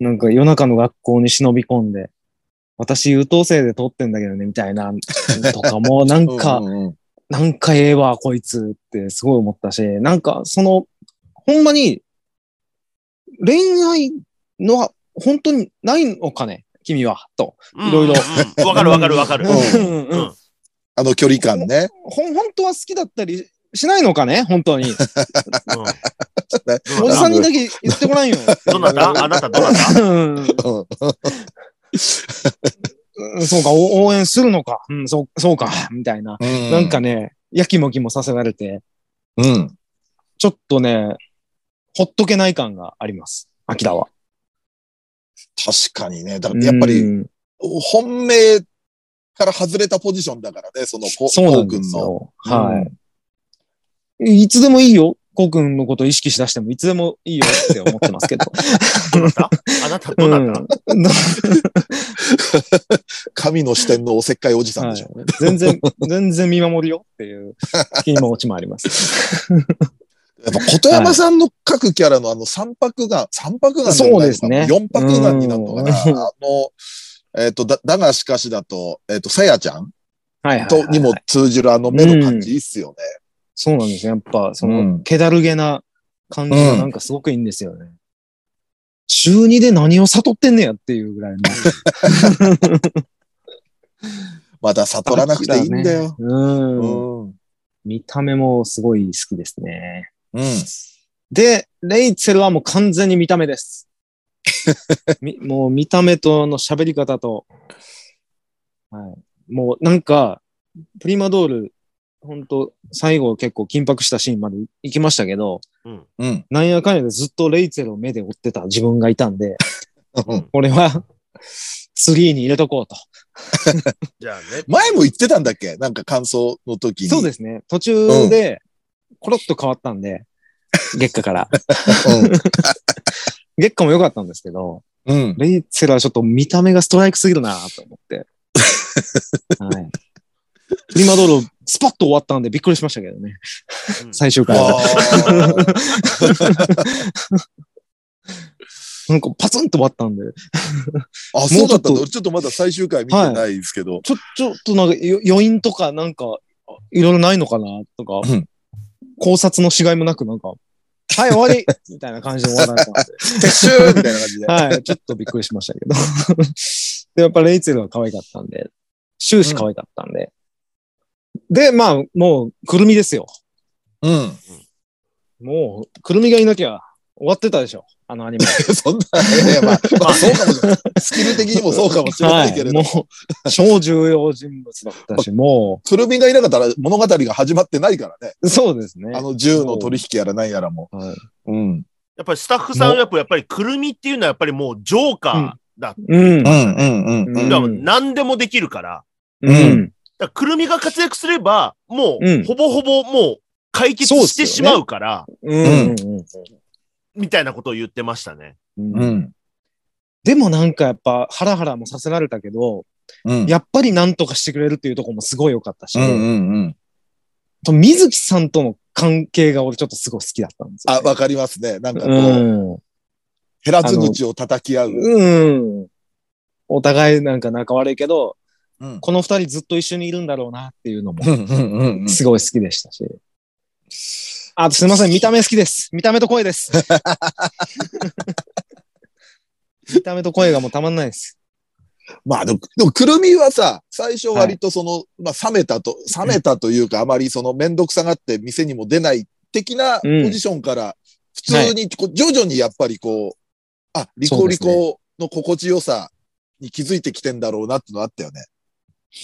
B: なんか夜中の学校に忍び込んで、私優等生で撮ってんだけどね、みたいな、とかも、なんか、
A: うん
B: なんかええわ、こいつってすごい思ったし、なんかその、ほんまに、恋愛のは本当にないのかね君は、と。いろいろ
C: うん。わかるわかるわかる。
A: う
B: うんうん
A: あの距離感ね。
B: ほん本当は好きだったりしないのかね本当に。
C: うん
B: おじさんにだけ言ってこないよ。
C: どなたあなたどなた
B: うん
A: うん
B: うんそうか、お応援するのか。うん、そう、そうか、みたいな。なんか、ね、やきもきもさせられて、
A: うん。
B: ちょっとね、ほっとけない感があります。アキラは。
A: 確かにね。だからやっぱり、
B: うん
A: 本命から外れたポジションだからね、その、こ
B: そうな
A: こう
B: んで
A: 君
B: す
A: の。
B: よ。はい。いつでもいいよ。コウ君のこと意識しだしてもいつでもいいよって思ってますけど。
C: どなたあなたどなた
B: うんな
A: 神の視点のおせっかいおじさんでしょ。
B: はい全 *laughs* 然、全然見守るよっていう気にも落ちもあります。
A: やっぱ、琴山さんの各キャラのあの3拍眼、3拍眼
B: そうですね
A: 4拍眼になるのかな。
B: うん
A: あの、えっと、だ、だがしかしだと、えっと、さやちゃん
B: はいはいはい
A: と、にも通じるあの目の感じいいっすよね。
B: そうなんですよ。やっぱ、そうの、
A: ん
B: 気だるげな感じがなんかすごくいいんですよね。中二で何を悟ってんねやっていうぐらいの。
A: まだ悟らなくていいんだよ。
B: *laughs* うん。
A: うん。
B: 見た目もすごい好きですね。
A: うん。
B: で、レイチェルはもう完全に見た目です。みもう見た目との喋り方と、はい、もうなんか、プリマドール、本当最後結構緊迫したシーンまで行きましたけど、
C: うん。
A: うん。
B: なんやかんやでずっとレイチェルを目で追ってた自分がいたんで、
A: うん
B: 俺は、スリーに入れとこうと。
C: じゃあね。
A: 前も言ってたんだっけなんか感想の時に。。
B: そうですすね。途中で、コロッと変わったんで、月下から。月下も良かったんですけど、
A: うん。うん。
B: レイツェルはちょっと見た目がストライクすぎるなと思って。はい。プリマドール、スパッと終わったんでびっくりしましたけどね。
C: うん
B: 最終回は。
A: あー
B: なんかパツンと終わったんで。
A: *laughs* あ、そうだったん
B: もうちょっ
A: だ。ちょっとまだ最終回見てないですけど。
B: ちょ、ちょっとなんかよ余韻とかなんか、いろいろないのかなとか、
A: うん
B: 考察のしがいもなくなんか、はい、終わりみたいな感じで終わられたんで。
A: 撤収みたいな感じで。
B: はい、ちょっとびっくりしましたけど。 *laughs* で、やっぱレイツェルは可愛かったんで、終始可愛かったんで。で、まあ、もう、くるみですよ。
A: うん。
B: もう、くるみがいなきゃ終わってたでしょ。あのアニメ。
A: そんな、いや、まあ、まあ、そうかもしれない。スキル的にもそうかもしれないけれど、
B: はい、もう、 *laughs* 超重要人物だった *laughs* し、も
A: くるみがいなかったら物語が始まってないからね。
B: う、そうですね。
A: あの銃の取引やらないやらも。
B: はい
A: うん。
C: やっぱりスタッフさんはやっぱやっぱりくるみっていうのはやっぱりもうジョーカーだ。
B: うん
A: う。んうんうんうん。
C: だ
B: う
C: から
B: ん
C: 何でもできるから。
B: うん。
C: だからくるみが活躍すれば、も
B: うん
C: うほぼほぼもう解決
B: そうっ
C: し
B: す
C: て
B: よね
C: しまうから、
B: うん。
C: みたいなことを言ってましたね。
B: うん
A: う。ん。
B: でもなんかやっぱハラハラもさせられたけど、
A: うん。
B: やっぱりなんとかしてくれるっていうところもすごい良かったし、
A: うんうんうん。
B: と水木さんとの関係が俺ちょっとすごい好きだったんです
A: あ、
B: よ、ね。
A: わかりますね。なんかこう、
B: うん。
A: 減らず口を叩き合う。
B: うん。お互いなんか仲悪いけど、
A: うん
B: この二人ずっと一緒にいるんだろうなっていうのも
A: うんうんうんうん。
B: すごい好きでしたし。あとすいません、見た目好きです。見た目と声です。見た目と声がもうたまんないです。
A: まあでも、でもくるみはさ、最初割とその、まあ冷めたと、冷めたというか、あまりそのめんどくさがって店にも出ない的なポ
B: うん
A: ジションから、普通にこう、徐々にやっぱりこう、あ、リ
B: そ
A: コ
B: うで
A: リ
B: すね
A: コの心地よさに気づいてきてんだろうなってのあったよね。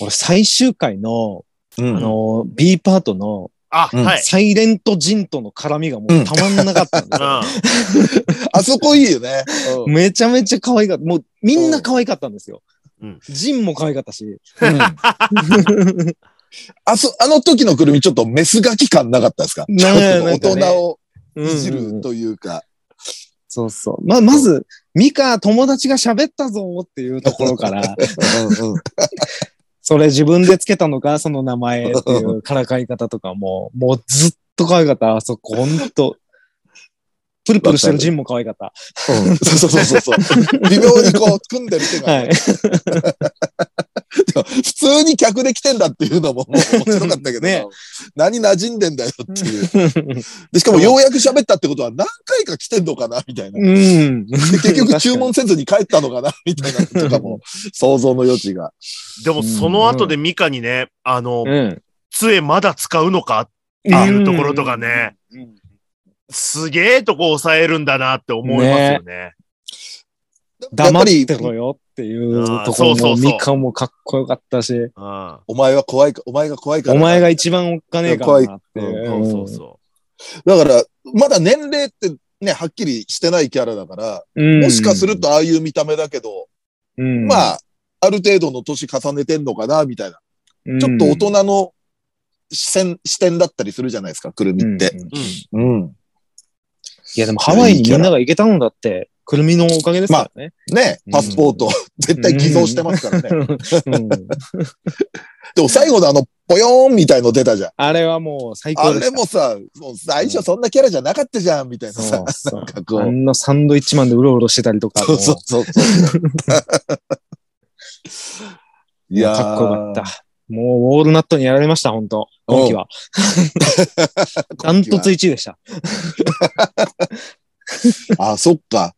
B: 俺最終回の、
A: う
B: あ
A: ん
B: の、B パートの、
C: あ、
A: うん
C: はい。
B: サイレントジンとの絡みがもうたまんなかったん
C: う
B: で
C: ん。 *laughs* あ
A: あそこいいよね。うん
B: めちゃめちゃ可愛かった。もうみんな可愛かったんですよ
C: うん。
B: ジンも可愛かったし。
A: うん
B: *laughs*
A: あそ、あの時のくるみちょっとメスガキ感なかったですか
B: な
A: ちょっと
B: なんかね
A: 大人を
B: うん
A: いじ
B: うんう
A: る
B: ん
A: というか。
B: そうそう。ま、まず、ミカ、友達が喋ったぞっていうところか
A: う
B: ら、
A: んうん
B: それ自分でつけたのか、その名前っていうからかい方とかも、もうずっと可愛かった。あそこ、ほんと。プルプルしてるジンも可愛かった。
A: うん *laughs* そうそうそうそう。微妙にこう、組んでる手が、
B: はい。
A: 普通に客で来てんだっていう
B: *laughs*
A: のももう面白かったけど、
B: ね
A: 何馴染んでんだよっていう。
B: *laughs*
A: で、しかもようやく喋ったってことは何回か来てんのかなみたいな。
B: うん。
A: で
B: *laughs*
A: 結局注文せずに帰ったのかなみたいなとかも想像の余地が。
C: でもその後でミカにね、あの、
B: うん。
C: 杖まだ使うのかっていうところとかね、すげえとこ抑えるんだなって思いますよね。
A: やっ
B: 黙
A: ぱ
B: っ
A: り
B: て、ろよっていうとこ
C: あーそう
B: ろ
C: そう
B: も、
C: そう
B: ミカもかっこよかったし、
C: うん。
A: お前は怖いか、お前が怖いから。
B: お前が一番おっかねえからなっていう。
C: そうそうそ。
A: だから、まだ年齢ってね、はっきりしてないキャラだから、
B: うん
A: もしかする、とああいう見た目だけど、
B: うん
A: まあ、ある程度の年重ねてんのかなみたいな。ちょっと大人の視線、視点だったりするじゃないですか、くるみって。
B: うんうんいう
C: うん。
A: うん。
B: や、でもハワイにみんなが行けたのだって、くるみのおかげですからね。
A: ね
B: うん
A: パスポート、絶対偽造してますからね。
B: うん
A: でも最後のあの、ぽよーんみたいの出たじゃん。
B: あれはもう最
A: あ
B: 高で
A: れ
B: した。
A: もさ、もう最初そんなキャラじゃなかったじゃん、みたいな
B: そ
A: さ
B: う。そ
A: な
B: う
A: んか
B: あ
A: こ
B: んなサンドイッチマンでうろうろしてたりと
A: う。
B: か、
A: そうそう
B: も
A: そうそう。
B: ういやかっこよかった。もうウォールナットにやられました、本当今季は。ダントツ1位でした。
A: た。あ、そっか。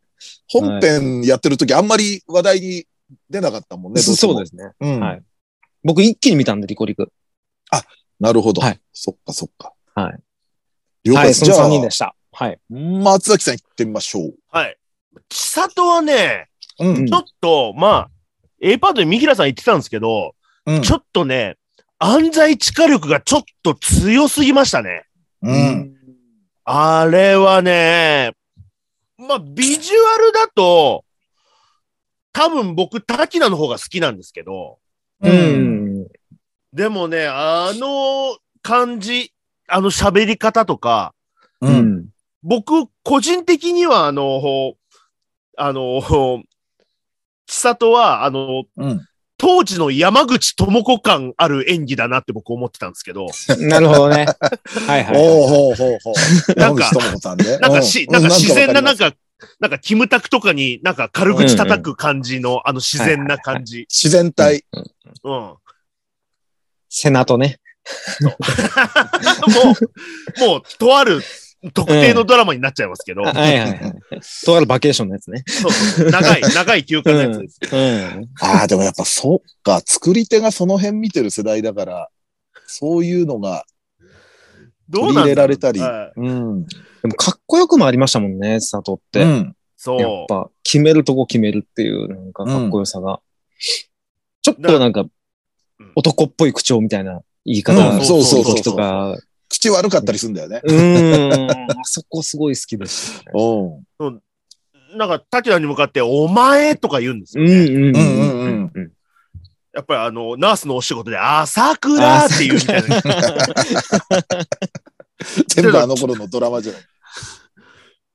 A: 本編やってる時あんまり話題に出なかったもんね。どしても
B: そうですね。
A: うん
B: はい僕一気に見たんで、リコリク。
A: なるほど
B: はい。
A: そっかそっか。
B: はい。
A: 了
B: は
A: 解で
B: い、
A: す。
B: そ
A: じ
B: の
A: ゃ
B: 3
A: あ、
B: 人でした。はい。
A: 松崎さん行ってみましょう。
C: はい。千里はね、
A: うん
C: ちょっと、まあ、A パートで三平さん言ってたんですけど、
A: うん
C: ちょっとね、安西地下力がちょっと強すぎましたね。
A: うん。
C: あれはね、まあ、ビジュアルだと、多分僕、タキナの方が好きなんですけど、
B: う。ん。
C: でもね、あの感じ、あの喋り方とか、
A: う。
B: うんん。
C: 僕、個人的には、あの、ほあの、ほ千里は、あの、
A: うん。
C: 当時の山口智子感ある演技だなって僕思ってたんですけど、
B: なるほどね。はいはい。
A: おうほうほうほう。
C: *laughs* なんか
A: 山口智子さんね。
C: なんかし、
A: う
C: なんか自然な、な
A: わ
C: ん
A: り
C: か、なんか、キムタクとかになんか軽口叩く感じの、あの自然な感じ。
A: ます自然体。
C: うん。も
B: セナとね。
C: う、もう、とある特定のドラマになっちゃいますけど、
B: はいはいはい。とあるバケーションのやつね。
C: そうそう
A: *laughs*
C: 長い、長い休暇のやつです。
B: うん。
A: ああ、でもやっぱそっか。作り手がその辺見てる世代だから、そういうのが、
C: ど
A: 取
C: うなんだろう
A: り入れられたり
C: はい
A: うん。
B: でもかっこよくもありましたもんね、佐藤って。
A: ん。
C: そう。
B: やっぱ、決めるとこ決めるっていう、なんかかっこよさが。ちょっと
C: だ
B: なんか
C: うん、
B: 男っぽい口調みたいな言い方
A: う
B: の
A: んそうそうそうそう
B: 時とか、
A: 口悪かったりするんだよね。
B: うーん、
A: *laughs*
B: あそこすごい好きでしたね。
A: うん。
C: なんか、タキラに向かって、お前とか言うんです
B: う
C: よ
B: ん
C: ね。
B: うん
A: うんうん
B: うんうん。
C: やっぱりあの、ナースのお仕事で、朝倉っていうみたいな。
A: 全部あの頃のドラマじゃない。
C: っ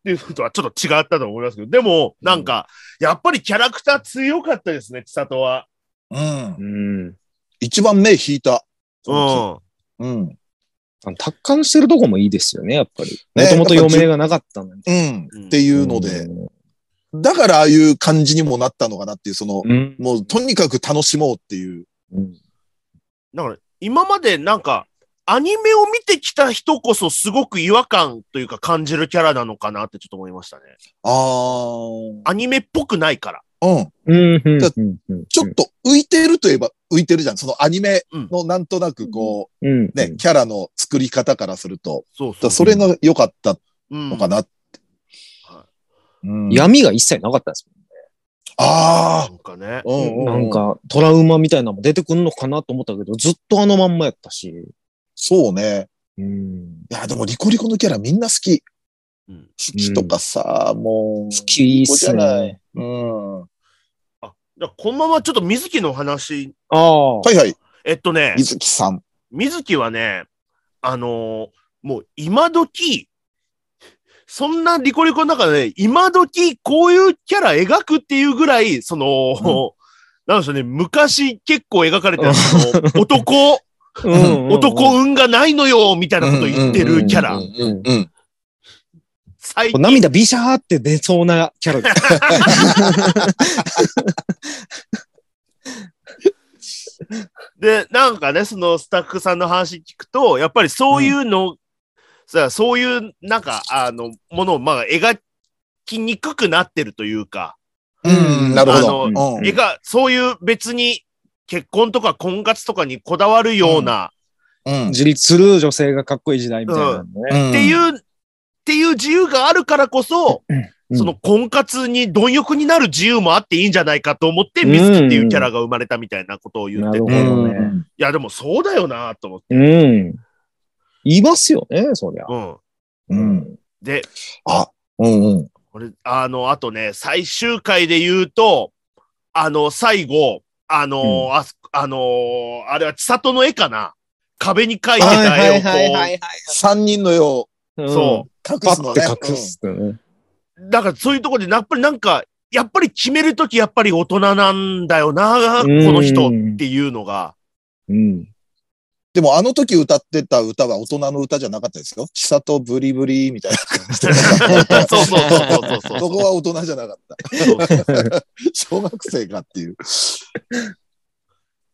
C: ていうのとはちょっと違ったと思いますけど、でも、なんか、やっぱりキャラクター強かったですね、千里は。
A: うん。
B: うん。
A: 一番目引いた。
C: うん。
A: うん。
B: あの達観してるとこもいいですよね、やっぱり。もともと余命がなかったのに。っ
A: うん。
C: うん
A: っていうので、。だからああいう感じにもなったのかなっていう、その、
B: うん。
A: もうとにかく楽しもうっていう。
B: うん
C: だから、今までなんか、アニメを見てきた人こそすごく違和感というか感じるキャラなのかなってちょっと思いましたね。
A: あ
C: アニメっぽくないから。
A: あ。うん。
B: うんうん
A: じゃ
B: うんうん。
A: ちょっと浮いてるといえば浮いてるじゃん。そのアニメのなんとなくこ
B: うんうん
A: う、ね、キャラの作り方からすると。
C: そう
A: だからそれが良かった
C: うん
A: のかなって。
C: は
A: うん
B: 闇が一切なかったです
A: あ
C: なんかね。
A: あ。う
B: もん。なん
A: うん。
B: か、トラウマみたいなのも出てくんのかなと思ったけど、ずっとあのまんまやったし。
A: そうね。
B: うん。
A: いや、でもリコリコのキャラみんな好き。
C: うん
A: 好きとかさ、もう。
B: 好きっす
A: リコじゃない
B: ね。
A: うん。は
C: じゃあこのままちょっと水木の話。
B: ああ。
A: いはい。
C: えっとね、
A: 水木さん。
C: 水木はね、あのーもう今時、そんなリコリコの中で、今時こういうキャラ描くっていうぐらい、その、なんでしょうね、昔結構描かれ
B: *laughs*
C: てた、その男、
B: うんうんうん
C: 男運がないのよ、みたいなこと言ってるキャ
B: う
C: ラ
B: ん。うん
A: うん。
C: 最近、
B: 涙ビシャーって出そうなキャラです。
C: で、なんかね、そのスタッフさんの話聞くと、やっぱりそういうの、さあそういう、なんか、あの、ものを、まあ、描きにくくなってるというか、
A: うん。なるほど。
C: あ
B: の
A: うん
C: 絵が、そういう別に結婚とか婚活とかにこだわるような、
A: うん。
B: 自立する女性がかっこいい時代みたいなのね。
C: って
A: う
C: い
A: ん。
C: う、っていう自由があるからこそ、
B: うん
C: その婚活に貪欲になる自由もあっていいんじゃないかと思って、水木っていうキャラが生まれたみたいなことを言ってて、
B: うん
A: う
B: なるほど
A: ん
B: ね
C: いや、でもそうだよなと思って。
B: うん。いますよね、そりゃ。
C: うん。
A: うん。
C: で、
A: あ、うんうん。
C: これ、あの、あとね、最終回で言うと、あの、最後、あのーあそあのーあれは千里の絵かな壁に描いてた絵をこう、
A: 三人のよう。
B: うん
C: そう。
A: 隠
B: パ
A: す
B: ッ
A: の
B: て
A: ね。
B: 隠すってね。
C: だからそういうところで、やっぱりなんか、やっぱり決めるとき、やっぱり大人なんだよな、こ
B: うん
C: の人っていうのが。
B: うん。
A: でもあの時歌ってた歌は大人の歌じゃなかったですよ。ちさとブリブリみたいな感じで。
C: そうそうそうそう
A: そ
C: そ
A: こは大人じゃなかった。
C: うそう。 *laughs*
A: 小学生かっていう。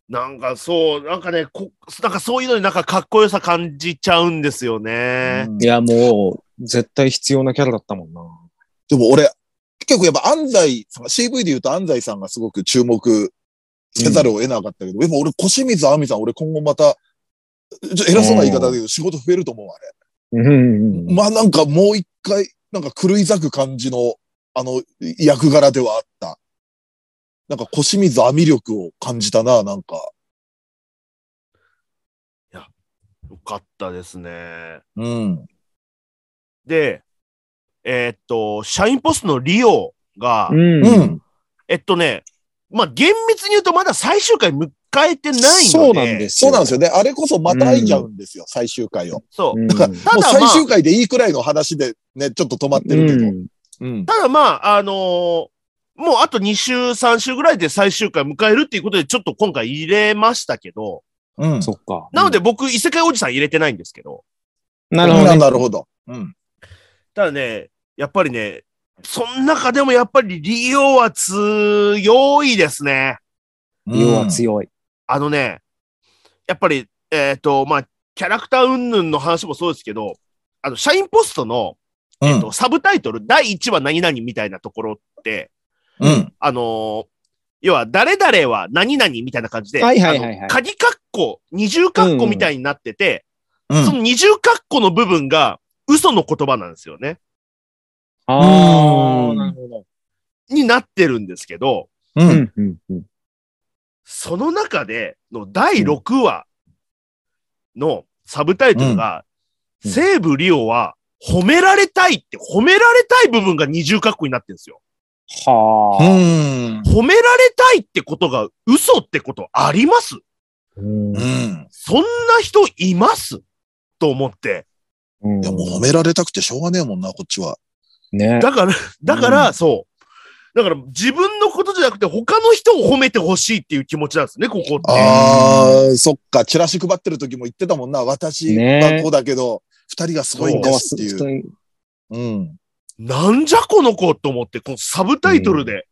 C: なんかそう、なんかねこ、なんかそういうのになんかかっこよさ感じちゃうんですよね。
A: うん
B: いや、もう、絶対必要なキャラだったもんな。
A: でも俺、結構やっぱ安西さん、CV で言うと安西さんがすごく注目せざるを得なかったけど、でも俺、小清水亜美さん、俺今後また、ちょ偉そうな言い方だけど仕事増えると思う、あれ。
B: うんうんうん。
A: まあなんかもう一回、なんか狂い咲く感じの、あの、役柄ではあった。なんか小清水亜美力を感じたな、なんか。
C: よかったですね。
A: うん。
C: で、えーっと、社員ポストのリオが、
B: うん
A: うん。
C: えっとね、まあ厳密に言うとまだ最終回迎えてないので。。
B: そうなんですす
A: そう
B: よ。
A: なんですよね。あれこそまた会いちゃうんですよ、最終回を。
C: そう。
B: うん。
A: だから
C: た
A: もう
C: だま
A: 最
C: あ、
A: 終回でいいくらいの話でね、ちょっと止まってるけど。
B: うん
A: うん。
C: ただまあ、あのーもうあと2週、3週ぐらいで最終回迎えるっていうことで、ちょっと今回入れましたけど、
A: うん。
B: そっか。
C: なので僕、異世界おじさん入れてないんですけど、
B: なるほどね。
A: なるほど。うん。
C: ただね、やっぱりね、その中でもやっぱりリオは強いですね。
B: 要は強い。
C: あのね、やっぱり、えっ、と、まあ、キャラクター云々の話もそうですけど、あの、社員ポストの、
A: うん。
C: えっとサブタイトル、第1話何々みたいなところって、
A: うん。
C: あのー要は、誰々は何々みたいな感じで、
B: はいはいはいはい
C: あの鍵括弧、二重括弧みたいになってて、
A: うん
C: その二重括弧の部分が、嘘の言葉なんですよね。
B: あ
A: う
B: あ、
A: ん
B: なるほど。
C: になってるんですけど、
A: う。
B: うんん、うん、うん。
C: その中での第6話のサブタイトルが、
B: うんうん
C: 西武リオは褒められたいって、褒められたい部分が二重括弧になってるんですよ。
B: は
A: う
B: あ。
A: ん。
C: 褒められたいってことが嘘ってことあります
B: うん
A: うん。
C: そんな人いますと思って。
B: うん
A: いや、もう褒められたくてしょうがねえもんな、こっちは。
B: ね。
C: だから、だから、そう。だから自分のことじゃなくて他の人を褒めてほしいっていう気持ちなんですね、ここって。
A: ああ、そっか、チラシ配ってる時も言ってたもんな。私はこうだけど、二人がすごいんですっていう。
B: う。
A: うん。
C: なんじゃこの子と思って、このサブタイトルで、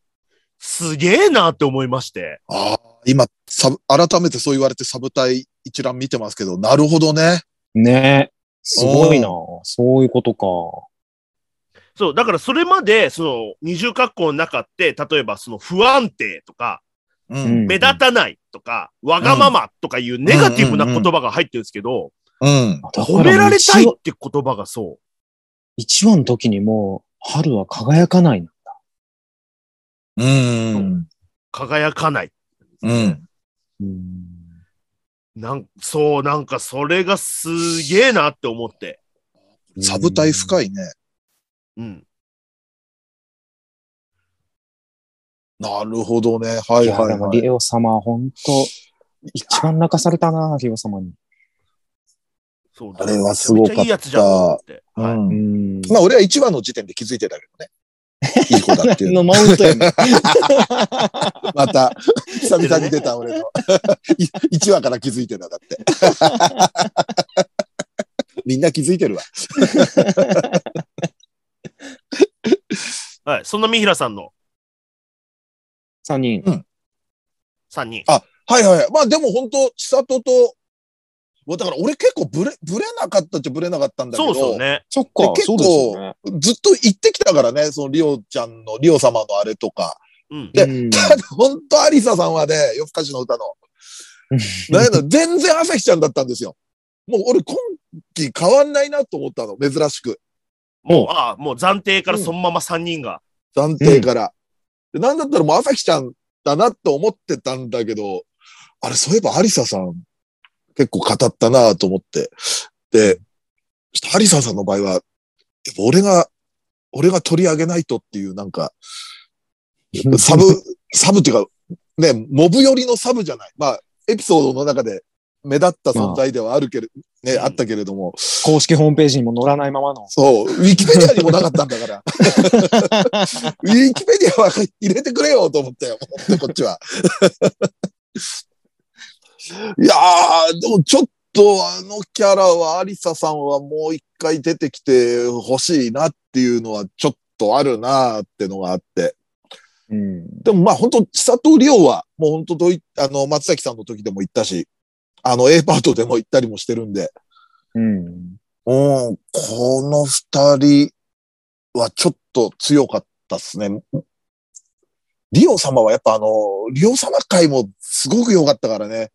C: すげえなって思いまして。
A: ああ、今、サブ、改めてそう言われてサブタイ一覧見てますけど、なるほどね。
B: ね。すごいな
A: う。
B: そういうことか。
C: そう、だからそれまで、その、二重括弧の中って、例えばその不安定とか、
A: うん。
C: 目立
B: た。
C: たないとか、わがままとかいうネガティブな言葉が入ってるんですけど、
A: うん。
C: 褒められた
B: だから
C: い
B: もう
C: って言葉がそう。
B: 一話一話の時にもう、春は輝かないな。
A: うん。
C: 輝かない。
A: うん。
B: うん。
C: なんそう、なんかそれがすげえなって思って。
A: サブタイ深いね。
C: うん。
A: なるほどね。はいい
B: や、
A: は
B: で
A: い、
B: も
A: はい。
B: リオ様、本当一番泣かされたな、リオ様に。
C: そう
A: あれはすごかった
C: めちゃめちゃいいやつじゃんと思って。
A: う
C: はい
A: ん。
B: ん。
A: まあ、俺は1話の時点で気づいてたけどね。いい子だっていう
B: のマウントやね。
A: *laughs* また、久々に出た俺の。1話から気 *laughs* づいてた、だ *laughs* って。みんな気づいてるわ。
C: はい。そんな三平さんの
B: *laughs* 三人。
C: 3人。
A: はいはい。まあでも本当、千里と、もうだから俺結構ブレ、ブレなかったっちゃブレなかったんだけ
C: そ
A: ど、
C: うそうね。
B: そっ
A: で
B: か、
A: 結
B: そ
A: 構
B: うですよね。
A: ずっと言ってきたからね、そのリオちゃんの、リオ様のあれとか。
C: うん。
A: で
B: うん
A: ただ *laughs* 本当、アリサさんはね、夜更かしの歌の、なんやろ全然朝日ちゃんだったんですよ。もう俺今季変わんないなと思ったの、珍しく。
C: もう、ああ、もう暫定からそのまま3人が。
A: 暫定から。でなんだったらもう朝日ちゃんだなと思ってたんだけど、あれ、そういえばアリサさん結構語ったなと思って。で、ちょっとアリサさんの場合は、やっぱ俺が、俺が取り上げないとっていうなんか、サブ、サブっていうか、ね、モブ寄りのサブじゃない。まあ、エピソードの中で目立った存在ではあるけれ、ね、あったけれども、
B: 公式ホームページにも載らないままの。
A: そう、ウィキペディアにもなかったんだから。ウィキペディアは入れてくれよと思ったよ、もうこっちは。いやー、でもちょっとあのキャラは、アリサさんはもう一回出てきてほしいなっていうのはちょっとあるなーってのがあって。
B: うん。
A: でもまあ本当、千里リオは、もう本当どい、あの、松崎さんの時でも行ったし、あの、A パートでも行ったりもしてるんで、
B: うん。
A: うん、この二人はちょっと強かったっすね。リオ様はやっぱあの、リオ様会もすごく良かったからね。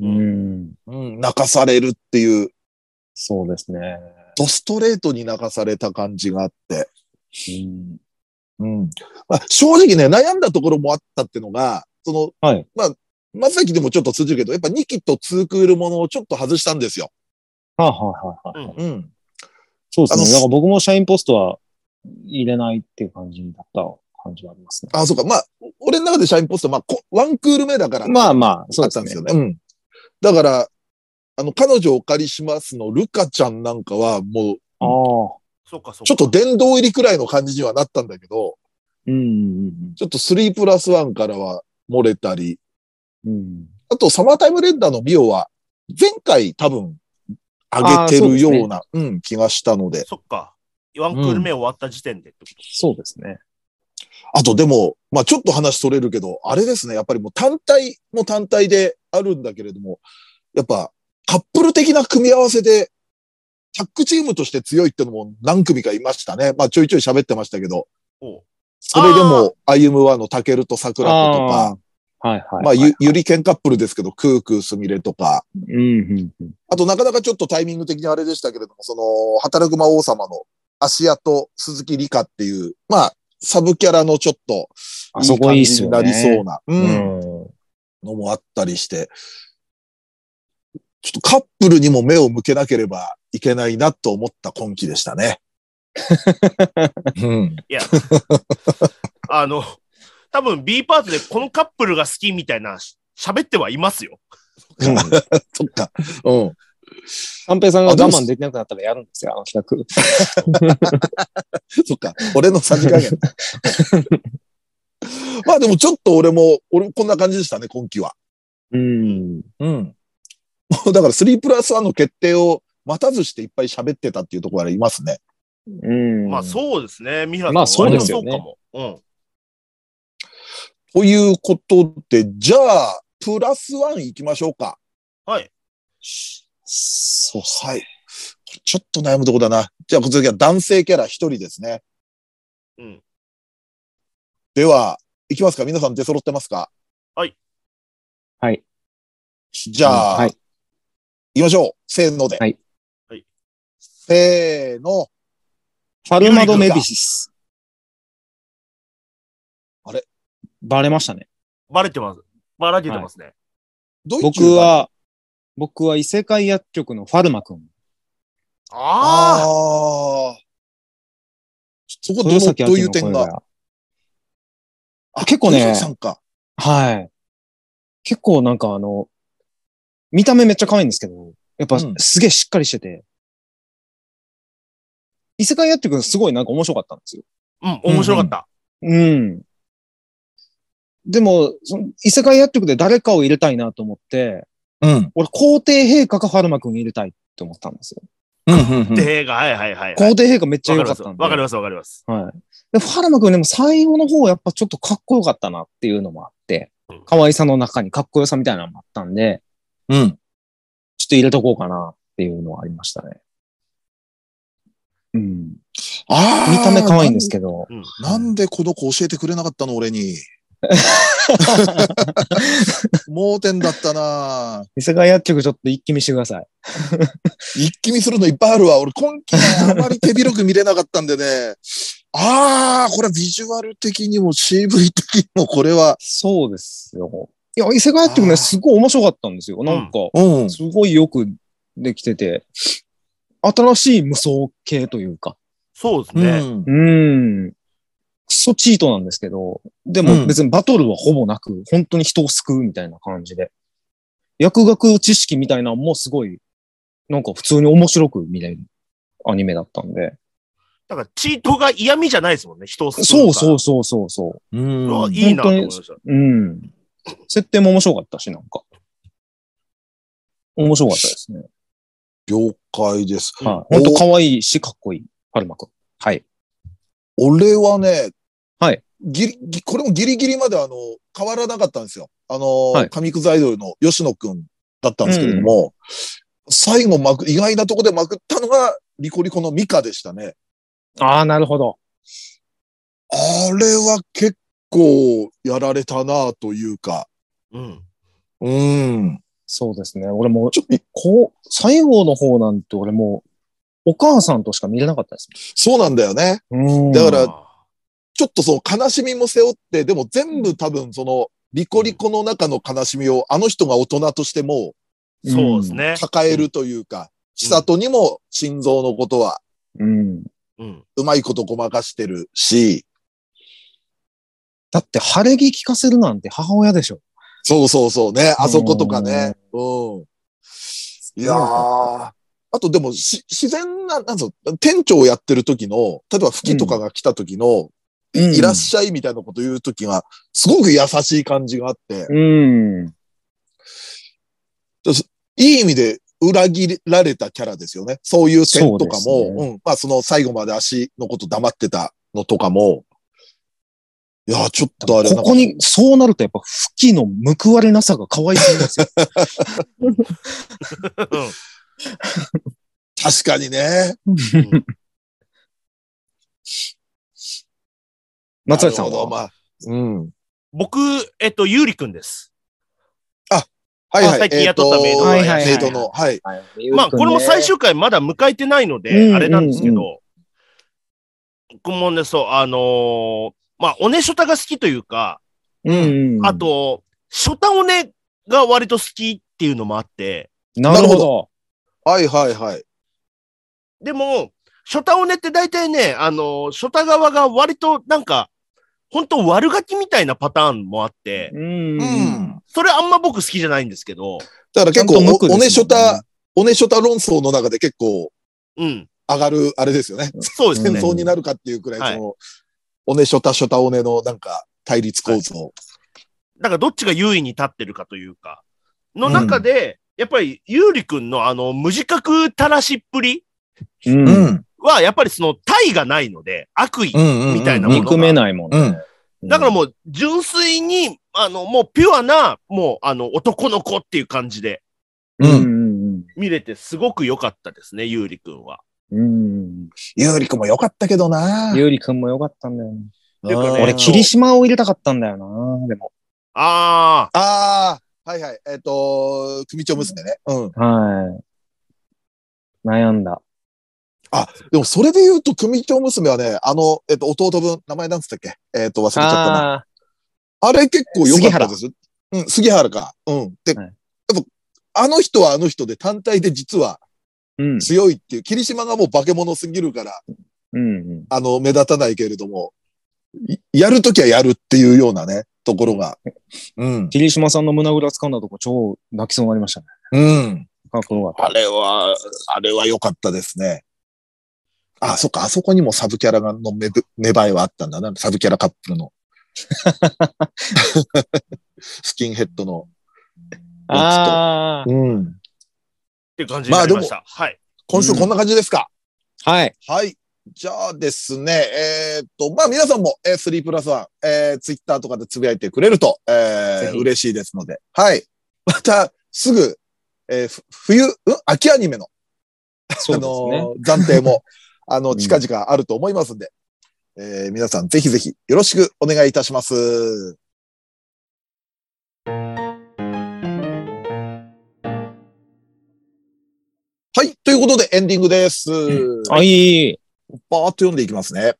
B: うん。
A: うん、泣かされるっていう、
B: そうですね。
A: ドストレートに泣かされた感じがあって。
B: うん。
A: うん。まあ、正直ね、悩んだところもあったってのが、その、
B: はい
A: まあ、松崎でもちょっと通じるけど、やっぱ2期と2クールものをちょっと外したんですよ。
B: はいはいはいはい。
C: うん
A: うん。
B: そうです
A: あ
B: ね。
A: の
B: だから僕も社員ポストは入れないっていう感じだった感じはありますね。
A: あ、そうか。まあ、俺の中で社員ポスト、まあ、こワンクール目だから。
B: まあまあ、そう
A: あっ
B: で
A: た
B: す
A: んです
B: ね
A: よ。ね。うん。だから、あの、彼女をお借りしますの、ルカちゃんなんかは、もう、
B: ああ。
C: そっかそっか。
A: ちょっと殿堂入りくらいの感じにはなったんだけど、
B: うんうん
A: ちょっと3プラス1からは漏れたり、
B: うん。うん。
A: あと、サマータイムレッダーのミオは、前回多分、上げてるような、うん、気がしたので。
C: そっか。ワンクール目終わった時点でってこと。
B: そうですね。
A: あと、でも、まあ、ちょっと話それるけど、あれですね、やっぱりもう単体も単体であるんだけれども、やっぱ、カップル的な組み合わせで、タックチームとして強いってのも何組かいましたね。まあちょいちょい喋ってましたけど、
C: おう
A: それでも、歩夢はのタケルと桜子と
B: あ
A: か、
B: はいはい。
A: まあ、
B: はい
A: ゆ、ゆりけんカップルですけど、クークーすみれとか、
B: うん、うん。
A: あとなかなかちょっとタイミング的にあれでしたけれども、その、働く魔王様の芦屋と鈴木里香っていう、まあ、サブキャラのちょっと、
B: あそこいいっすよね。
A: 感じになりそうな、う、
B: うんん。
A: のもあったりして、ちょっとカップルにも目を向けなければいけないなと思った今期でしたね。うん。 *laughs*
C: あの、多分 B パートでこのカップルが好きみたいなし喋ってはいますよ。
B: うん
A: そっか。うん。
B: 三平さんが
A: あで
B: 我
A: も
B: 慢できなくなったらやるんですよ、あの企画。
A: そっか。俺のさじ加
B: *laughs*
A: 減。まあでもちょっと俺も、俺もこんな感じでしたね、今期は。
B: うん。
A: うん。もう *laughs* だから3プラス1の決定を待たずしていっぱい喋ってたっていうところがありますね。
B: うん。
C: まあそうですね。ミハ
B: まあそうですよね
C: そうかも。うん。
A: ということで、じゃあ、プラスワン行きましょうか。
C: はい。
A: そう、はい。ちょっと悩むとこだな。じゃあ、こちら男性キャラ一人ですね。
C: うん。
A: では、行きますか皆さん出揃ってますか
C: はい。
B: はい。
A: じゃあ、
B: はい。
A: 行きましょう。せーので。
B: はい
C: はい
A: せーの。
B: ファルマドメビシス。
A: あれ
B: バレましたね。
C: バレてます。バラけてますね。
A: ドイツ
B: 僕、は、僕は異世界薬局のファルマ君。
A: あ
C: ああ
A: あ。そこどの
B: 豊崎
A: どうい
B: 明
A: う
B: の声
A: 点が。
B: が。あ結構ね
A: 豊崎さんか。
B: はい。結構なんかあの、見た目めっちゃ可愛いんですけど、やっぱ
A: うん
B: すげえしっかりしてて。異世界薬局すごいなんか面白かったんですよ。
C: うん、面白かった。
B: うん。でも、その異世界薬局で誰かを入れたいなと思って、
A: うん。
B: 俺皇帝陛下かファルマ君入れたいって思ったんですよ。
A: うん、うん、うん。
C: で、が、はいはいはい、はい。
B: 皇帝陛下めっちゃ
C: わか
B: 良か
C: りま
B: っ
C: す。
B: たんで。
C: わかります、わかります。
B: はい。で、ファルマ君でも最後の方やっぱちょっとかっこよかったなっていうのもあって
C: うん、
B: 可愛さの中にかっこよさみたいなのもあったんで、
A: うん。
B: ちょっと入れとこうかなっていうのはありましたね。うん。
A: ああ。
B: 見た目可愛いんですけど。
C: うん。
A: なんでこの子教えてくれなかったの俺
B: *laughs*
A: に。盲点だったな
B: 異世界薬局ちょっと一気見してください。
A: 一気見するのいっぱいあるわ。俺今季ねあまり手広く見れなかったんでね。ああ、これはビジュアル的にも CV 的にもこれは。
B: そうですよ。いや、異世界薬局
A: あー
B: ね、すごい面白かったんですよ。なんか、
A: うん。
B: すごいよくできてて、新しい無双系というか。
C: そうです
A: う
C: ね。
A: ん
B: う。ーん。クソチートなんですけど、で
A: うん
B: も別にバトルはほぼなく、本当に人を救うみたいな感じで。薬学知識みたいなのもすごい、なんか普通に面白く見れるアニメだったんで。
C: だから、チートが嫌味じゃないですもんね、人を救
B: そうそううそうそうそう
C: から。うわ
A: ん。
C: いいなと思いました。
B: う。うん。設定も面白かったし、なんか。面白かったですね。
A: 了解です。
C: うん
B: はい。本当可愛いし、かっこいい。パルマくん。はい。
A: 俺はね、
B: はい。
A: ギリ、ギこれもギリギリまであの、変わらなかったんですよ。あの、
B: はい
A: 神くずアイドルの吉野くんだったんですけれども、最後まく、意外なとこでまくったのが、リコリコのミカでしたね。
B: ああ、なるほど。
A: あれは結構やられたなというか、
C: うん。
A: うん。
B: そうですね。俺も、
A: ちょっと、
B: こう、最後の方なんて俺もう、お母さんとしか見れなかったです
A: そうなんだよね。
B: もん。
A: だから
C: あ
A: ちょっとその悲しみも背負って、でも全部多分その、リコリコの中の悲しみをあの人が大人としても
C: ーそうですね。
A: 抱えるというか、千里にも心臓のことは
B: うん。
C: うん。
A: うまいことごまかしてるし、
B: だって、晴れ着聞かせるなんて母親でしょ。
A: そうそうそうね、あそことかね。うん。いやー。あとでも、し、自然な、なんぞ、店長をやってる時の、例えば、吹きとかが来た時の、
B: うん
A: いらっしゃいみたいなこと言う時が、すごく優しい感じがあって、
B: うん。
A: いい意味で裏切られたキャラですよね。そういう点とか
B: そ
A: も、
B: うです
A: う,、ん。まあ、その最後まで足のこと黙ってたのとかも、いやー、ちょっとあれ、
B: ここに、そうなるとやっぱ、不紀の報われなさが可愛すぎます *laughs* よ。
A: 確かにね。
B: 松崎さん
A: なるほどま
B: は
A: あ、うん。
C: 僕、えっと、ゆうりくんです。
A: はいはい。
C: 最近雇ったメイド
B: の
A: え
B: や
A: ー
B: つ
A: と
B: はいはいはい
A: メイドの。はい。
C: まあ、これも最終回まだ迎えてないの
B: うんうんう
C: で、
B: ん
C: あれなんですけど、僕もね、そう、あのーまあ、おねショタが好きというか、
B: うんうん。
C: あ、と、ショタおねが割と好きっていうのもあって、
B: なる
A: なるほ
B: ほ
A: ど
B: ど。
A: はいはいはい。
C: でも、ショタオネって大体ね、あの、ショタ側が割となんか、本当悪ガキみたいなパターンもあって、
B: うん
A: う
B: うん。
A: ん。
C: それあんま僕好きじゃないんですけど、
A: だから結構
B: ちゃんと無垢です
A: お、
B: も
A: お
B: んね
A: ねしょた、おねしょた論争の中で結構
C: うん、
A: 上がる、あれですよね。
C: そうです
A: 戦
C: ね。
A: 争になるかっていうくらい、
C: はい
A: その、おねしょたしょたおねのなんか対立構造。
C: だからどっちが優位に立ってるかというか、の中で、やっぱり、ゆうりくんのあの、無自覚たらしっぷり
B: うん
A: うん。
C: は、やっぱりその、体がないので、悪意。
A: うんうん。
C: みたいなもの
B: 憎めないもんね。
A: うん
C: だからもう、純粋に、あの、もうピュアな、もう、あの、男の子っていう感じで
A: う
B: う
A: んん。
B: うん
C: 見れて、すごく良かったですね、ゆうりくんは。
B: うん。うん。
A: ゆうりくんも良かったけどな
B: ゆうりくんもよかったんだよね。
C: ていうかね
B: 俺、
C: あー
B: 霧島を入れたかったんだよな。でも。
C: ああ、
A: ああ、はいはい。えっ、と、組長娘ね。うん。
B: はい。悩んだ。
A: でも、それで言うと、組長娘はね、あの、えっ、と、弟分、名前なんつったっけえっ、と、忘れちゃったな。あ
B: ああ
A: れ結構良かったです。うん、杉原か。うん。で、
B: はい
A: やっぱ、あの人はあの人で単体で実は
B: ー。うん。
A: 強いっていう、霧島がもう化け物すぎるから、
B: うんうん。
A: あの、目立たないけれども、いやるときはやるっていうようなね、ところが。うん。
B: 霧島さんの胸ぐら掴んだとこ超泣きそうになりましたね。
A: うん。
B: かっこよかった。
A: あれは、あれは良かったですね。あ、そっか、あそこにもサブキャラがの芽ぶ芽生えはあったんだな。サブキャラカップルの。 *laughs* スキンヘッドの。
B: あ
A: うん。
C: っていう感じになりました。はい。
A: 今週こんな感じですか、
B: あ。はい。
A: はい。じゃあですね、えーっと、まあ皆さんも、えー、3プラス1、えー、ツイッターとかでつぶやいてくれると、え
B: ぜ
A: ー、
B: ひ
A: 嬉しいですので。はい。また、すぐ、えーふ冬、うん秋アニメの
B: そうですね。
A: あのー、暫定も、 *laughs* あの、
B: ん
A: 近々あると思いますんで、えー皆さんぜひぜひよろしくお願いいたします。はい。ということで、エンディングです。。
B: はいい。
A: バーっと読んでいきますね。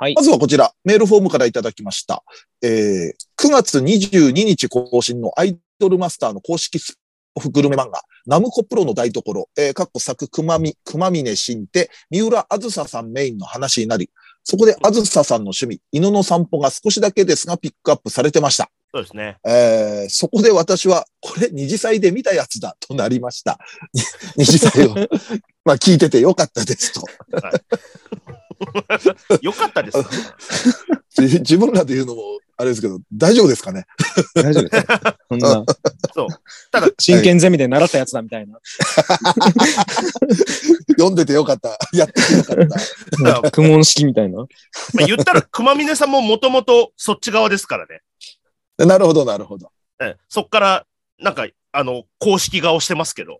B: はい
A: まずはこちら、メールフォームからいただきました。えー9月22日更新のアイドルマスターの公式スオフグルメ漫画、ナムコプロの台所、えー、かっこ作、くまみ、くまみねしんて、三浦あずささんメインの話になり、そこであずささんの趣味、犬の散歩が少しだけですがピックアップされてました。
C: そうですね。
A: えーそこで私は、これ二次祭で見たやつだとなりました。 *laughs* 二次祭を、まあ聞いててよかったですと。
C: よかったです。
A: 自自分らで言うのも、あれですけど、大丈夫ですかね *laughs*
B: 大丈夫です *laughs* か。そんな、
C: そう。
B: 真剣ゼミで習ったやつだみたいな。
A: 読んでてよかった。 *laughs* やっててよかった。
C: だから
B: 苦問式みたいな。
C: まあ、言ったら、熊峰さんももともとそっち側ですからね。
A: *laughs* なるほど、なるほ
B: *laughs*
A: ど。
C: えそっから、なんか、あの、公式顔してますけど、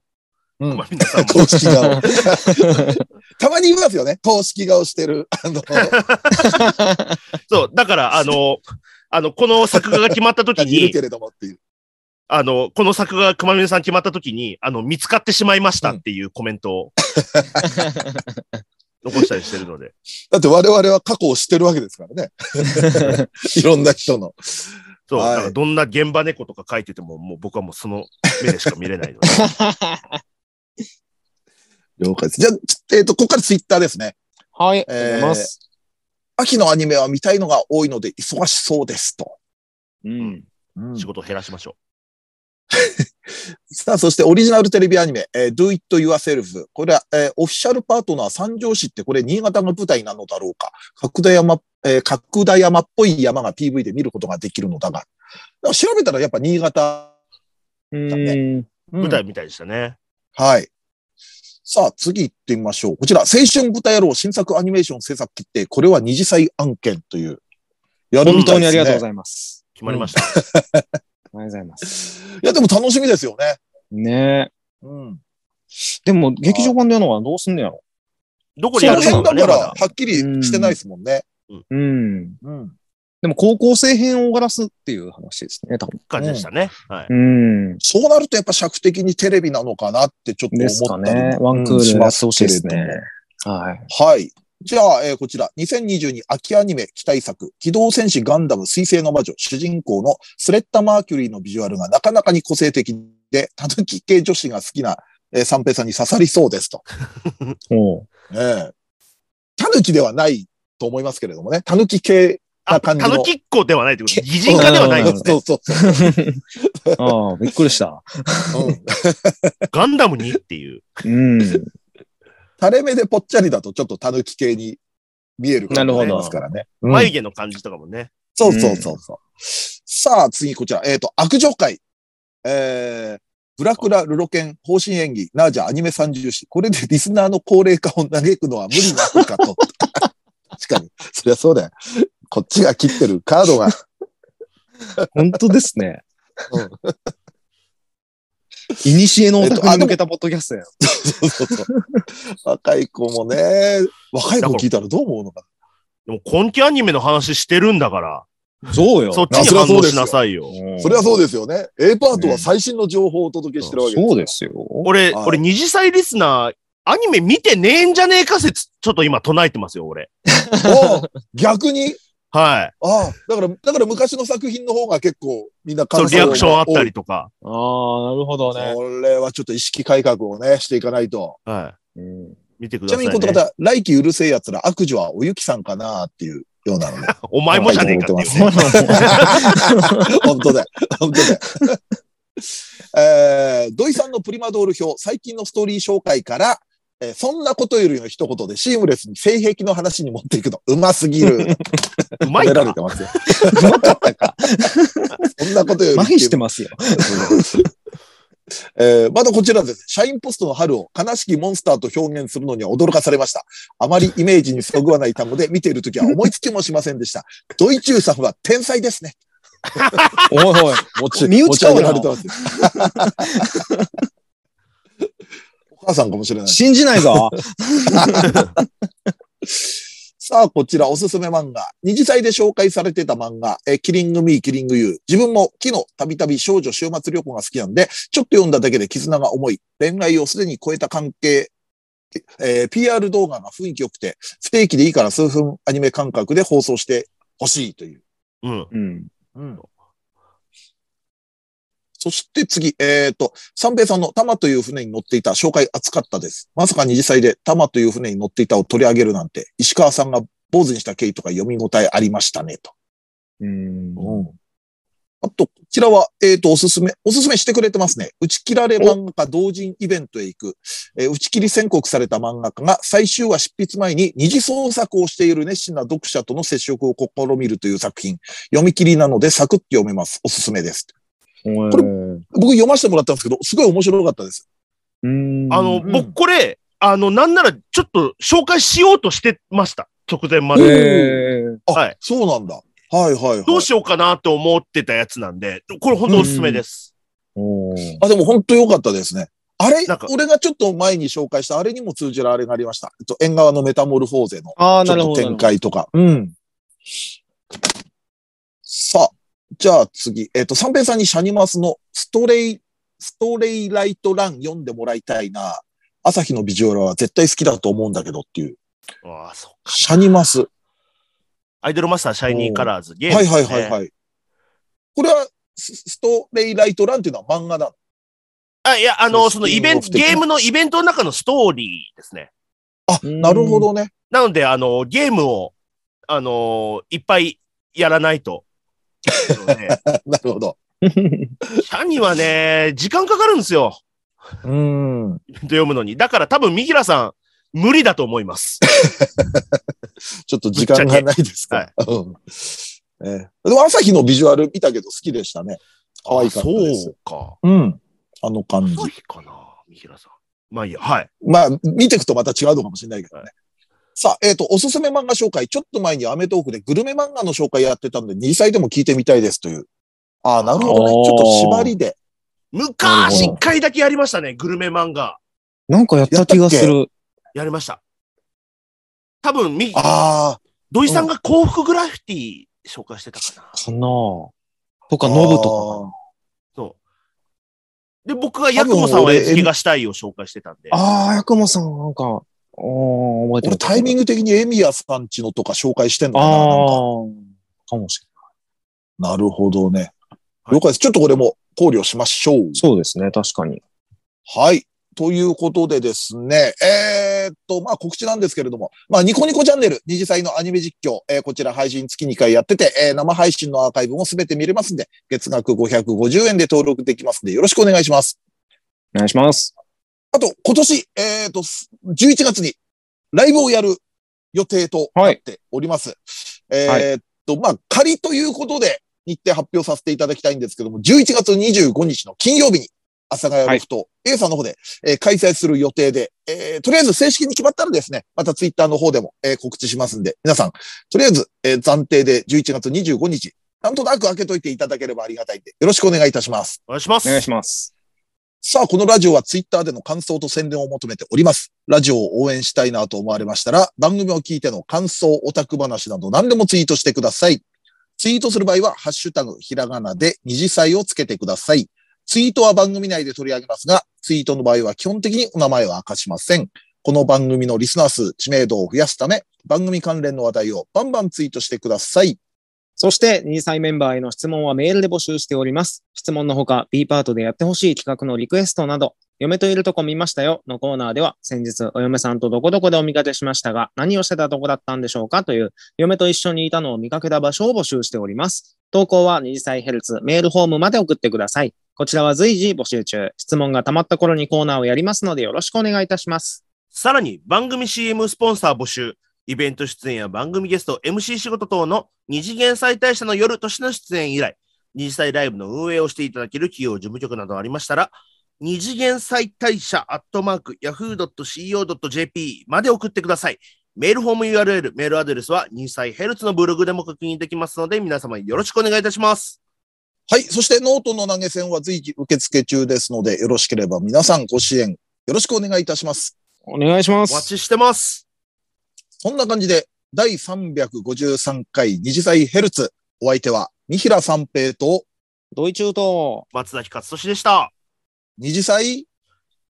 A: うん
C: 熊峰さんも。
A: 公式顔。たまにいますよね。公式顔してる。 *laughs* あの、
C: そう。だから、あの、あの、この作画が決まっ
A: *laughs*
C: た時
A: いる
C: に
A: け、れどもっていう。
C: あの、この作画が熊峰さん決まった時に、あの、見つかってしまいましたっていうコメン
A: *laughs*
C: トを残したりしてるので。
A: だって我々は過去を知ってるわけですからね。 *laughs* いろんな人の。
C: そう。
A: はい
C: だからどんな現場猫とか書いてても、もう僕はもうその目でしか見れな
A: *laughs*
C: いので。
A: 了解です。じゃあ、ちえっ、と、ここからツイッターですね。
B: *laughs* はい。
A: えー
B: ありがとうございます。
A: 秋のアニメは見たいのが多いので忙しそうですと。
B: うん。
C: 仕事を減らしましょ
A: さあ、そしてオリジナルテレビアニメ、えー Do It Yourself。これは、えーオフィシャルパートナー三条市ってこれ新潟が舞台なのだろうか。角田山、えー角田山っぽい山が PV で見ることができるのだが。だから調べたらやっぱ新潟。
B: うん。
C: う。舞台みたいでしたね。
A: はい。さあ、次行ってみましょう。こちら、青春豚野郎新作アニメーション制作決定。これは二次祭案件という。やるみ
B: 本
A: た
B: 当
A: い
B: に
A: ですね
B: ありがとうございます。
C: 決まりました。
B: ありがとうございます。
A: いや、でも楽しみですよね。
B: ねえ。
A: うん。
B: でも、劇場版でやるのはどうすんのやろ
C: どこ
A: そ
C: でや
A: の
C: るの
A: 辺
C: か
A: だ
C: ね
A: から、
C: ま
A: はっきりしてないですもんね。
B: うん。
A: うん。
B: でも高校生編を終わらすっていう話ですね、多分。
C: 感じでしたね。はい。
B: うん。
A: そうなるとやっぱ尺的にテレビなのかなってちょっと
B: です
A: 思
B: か
A: ったり
B: ね。ワンクー
A: し
B: ルや
A: ま
B: って
A: す
B: ほし
A: け
B: い
A: れ
B: で
A: ど
B: す
A: も
B: ね。はい。
A: はい。じゃあ、えーこちら、2022秋アニメ期待作、機動戦士ガンダム水星の魔女、主人公のスレッタ・マーキュリーのビジュアルがなかなかに個性的で、たぬき系女子が好きな、えー三平さんに刺さりそう
B: *laughs*
A: ですと。
B: おう
A: ええたぬきではないと思いますけれどもね、たぬき系
C: あ、た
A: 感じの
C: ぬきっこではないって
A: *laughs*
C: こと擬人化ではないです
A: そ
C: ね
A: う。そうそ
B: ああ、びっくりした。
A: う。うん。
C: ガンダムにっていう。
B: うん。
A: 垂れ目でぽっちゃりだとちょっとたぬき系に見える感じになりますからね。うん
C: 眉毛の感じとかもね。
A: そうそうそうそう。さあ、次こちら。えっ、と、悪女会。えー、ブラクラ、ルロケン、方針演技、ナージャ、アニメ三重視。これでリスナーの高齢化を嘆くのは無理なのかと。 *laughs* 確かに。そりゃそうだよ。こっちが切ってるカード *laughs* が。
B: 本当ですね
A: うん。
B: いにしえのオタクに向けたポッドキャストや。
A: そうそうそう。若い子もね、若い子聞いたらどう思うのか
C: でも、今季アニメの話してるんだから、
B: そうよ
C: そっちに
A: そりゃ
C: 反
A: そう
C: 応
A: です
C: し
A: よ
C: なさいよ。
A: な。それはそう
B: で
A: ですよね。A パートは最新の情報をお届けしてるわけ
B: そうですすよ。
C: 俺、
A: はい
C: 俺、二次祭リスナー、アニメ見てねえんじゃねえか説、ちょっと今唱えてますよ、俺。
A: から。おう逆に
C: はい。
A: ああ、だから、だから昔の作品の方が結構みんな
C: そう、リアクションあった
A: り
C: りとか。
B: ああ、なるほどね。
A: これはちょっと意識改革をね、していかないと。
C: は
B: うん
C: い。見てくだ
A: ち
C: さ、
A: ないみ
C: ね。
A: にこの方、来期うるせえ奴ら悪女はおゆきさんかなっていうようなので。
C: お前もじゃねえかっていうね、
A: 本当だよ。本当だよ。えー、土井さんのプリマドール表、最近のストーリー紹介から、えーそんなことよりの一言でシームレスに性癖の話に持っていくの、うますぎる。
C: うま
A: 褒
C: い
A: めら
C: か
A: れてますよ。 *laughs*
B: うまかったか。
A: そんなことより。
B: 麻痺してますよ。
A: *laughs* えーまたこちらです。社員ポストの春を悲しきモンスターと表現するのには驚かされました。あまりイメージにそぐわない単語で見ているときは思いつきもしませんでした。 *laughs* ドイチューさんは天才ですね。
B: おいおい。
A: 持ち
B: 身内か
A: 持ち上げ
B: 俺
A: ら
B: ら
A: れてます。お母さんかもしれない。
B: 信じないぞ。
A: さあ、こちらおすすめ漫画。二次祭で紹介されてた漫画、えーキリングミー、キリングユー。自分も昨日たびたび少女週末旅行が好きなんで、ちょっと読んだだけで絆が重い。恋愛をすでに超えた関係。えー PR 動画が雰囲気良くて、不定期でいいから数分アニメ感覚で放送してほしいという。
C: うん。
B: *laughs* うん。
A: そして次、えっ、と、三平さんの玉という船に乗っていた紹介熱かったです。まさか二次祭で玉という船に乗っていたを取り上げるなんて、石川さんが坊主にした経緯とか読み応えありましたね、と。
B: うん。
A: あと、こちらは、えっ、と、おすすめ、おすすめしてくれてますね。打ち切られ漫画家同人イベントへ行く、えー打ち切り宣告された漫画家が最終話執筆前に二次創作をしている熱心な読者との接触を試みるという作品。読み切りなのでサクッと読めます。おすすめです。
B: こ
A: れ僕読ませてもらったんですけど、すごい面白かったです。
B: うん。
C: あの、
A: うん
C: 僕、これ、あの、なんなら、ちょっと紹介しようとしてました。直前まで。
B: えー
A: あ、
C: はい
A: そうなんだ。はいはいはい。
C: どうしようかなと思ってたやつなんで、これ本当おすすめです。
B: おー
A: あ、でも本当良かったですね。あれ
C: なんか
A: 俺がちょっと前に紹介したあれにも通じるあれがありました。えっと、縁側のメタモルフォーゼの
B: ああ、
A: ちょっ
B: なる
A: と
B: ほど。
A: 展開とか。うん。さあ、じゃあ次。えっ、と、三平さんにシャニマスのストレイ、ストレイライトラン読んでもらいたいな。朝日のビジュアルは絶対好きだと思うんだけどっていう。
C: ああ、そっか。
A: シャニマス。は
C: アイドルマスター、シャイニーカラーズ、ゲ
A: い
C: ーム
A: は
C: で
A: い
C: すね、
A: はいはい。これはス、ストレイライトランっていうのは漫画だ。
C: あ、いや、あの、
A: そ
C: そうのイベント、
A: スピンオフ的な
C: ゲームのイベントの中のストーリーですね。
A: あ、
B: うん
A: なるほどね。 *laughs*
C: なので、あの、ゲームを、あの、いっぱいやらないと。
A: *laughs*
C: ね
A: なるほど。
C: シャニはね、時間かかるんですよ。
B: *laughs*
A: うん。
C: イベント読むのに。だから多分、ミヒラさん、無理だと思います。
A: ちょっと時間がないですから。うん。えーでも朝日のビジュアル見たけど好きでしたね。可愛かったです
C: そうか。
A: うん。あの感じ。
C: 朝日かな、ミヒラさん。まあいいや、はい。
A: まあ、見ていくとまた違うのかもしれないけどね。さあ、えっ、と、おすすめ漫画紹介。ちょっと前にアメトーークでグルメ漫画の紹介やってたんで、2歳でも聞いてみたいですという。ああ、なるほどね。
B: あー
A: ちょっと縛りで。
C: 昔、一回だけやりましたね、グルメ漫画。
B: なんかやった気がする。
C: やりました。多分、み、
A: ああ、
C: 土井さんが幸福グラフィティ紹介してたかな。
B: かなとか、ノブと
A: と
C: そう。で、僕がヤクモさ
A: 多分
C: んは
A: 俺
C: 絵付けがしたいを紹介してたんで
B: か。。ああ、ヤクモさん、なんか、おー覚えて
A: 俺
B: る。
A: タイミン
B: グ
A: グ的にエミヤさんちのとか紹介してんのかななんか
B: ああ、かもしれない。
A: なるほどね。
C: はい
A: 了解です。ちょっとこれも考慮しましょう。
B: そうですね、確かに。
A: はい。ということでですね、えーっと、まあ、告知なんですけれども、まあ、ニコニコチャンネル、二次祭のアニメ実況、えーこちら配信月2回やってて、えー生配信のアーカイブもすべて見れますんで、月額550円で登録できますんで、よろしくお願いします。
B: お願いします。
A: あと、今年、えーっと、す11月にライブをやる予定となっております。えーっと、まあ、仮ということで、日程発表させていただきたいんですけども、11月25日の金曜日に、阿佐ヶ谷ロフト、A さんの方で、えー開催する予定で、えーとりあえず正式に決まったらですね、またツイッターの方でも、えー告知しますんで、皆さん、とりあえず、えー暫定で11月25日、なんとなく開けといていただければありがたいんで、よろしくお願いいたします。
C: お願いします。
B: お願いします。
A: さあ、このラジオはツイッターでの感想と宣伝を求めております。ラジオを応援したいなと思われましたら、番組を聞いての感想、オタク話など何でもツイートしてください。ツイートする場合は、ハッシュタグ、ひらがなで二次祭をつけてください。ツイートは番組内で取り上げますが、ツイートの場合は基本的にお名前は明かしません。この番組のリスナー数、知名度を増やすため、番組関連の話題をバンバンツイートしてください。
B: そして、2歳メンバーへの質問はメールで募集しております。質問のほか、B パートでやってほしい企画のリクエストなど、嫁といるとこ見ましたよのコーナーでは、先日お嫁さんとどこどこでお見かけしましたが、何をしてたとこだったんでしょうかという、嫁と一緒にいたのを見かけた場所を募集しております。投稿は2歳ヘルツメールフォームまで送ってください。こちらは随時募集中。質問が溜まった頃にコーナーをやりますので、よろしくお願いいたします。
C: さらに番組 CM スポンサー募集、イベント出演や番組ゲスト、MC 仕事等の二次元再大社の夜年の出演以来、二次祭ライブの運営をしていただける企業事務局などありましたら、二次元再大社アットマーク yahoo.co.jp まで送ってください。メールフォーム URL、メールアドレスは二次祭ヘルツのブログでも確認できますので、皆様よろしくお願いいたします。
A: はい。そしてノートの投げ銭は随時受付中ですので、よろしければ皆さんご支援よろしくお願いいたします。
B: お願いしま
C: お待。ちしてます。
A: そんな感じで、第353回二次祭ヘルツ。お相手は、三平三平と
B: ドイチューと、
C: 松崎勝利でした。
A: 二次祭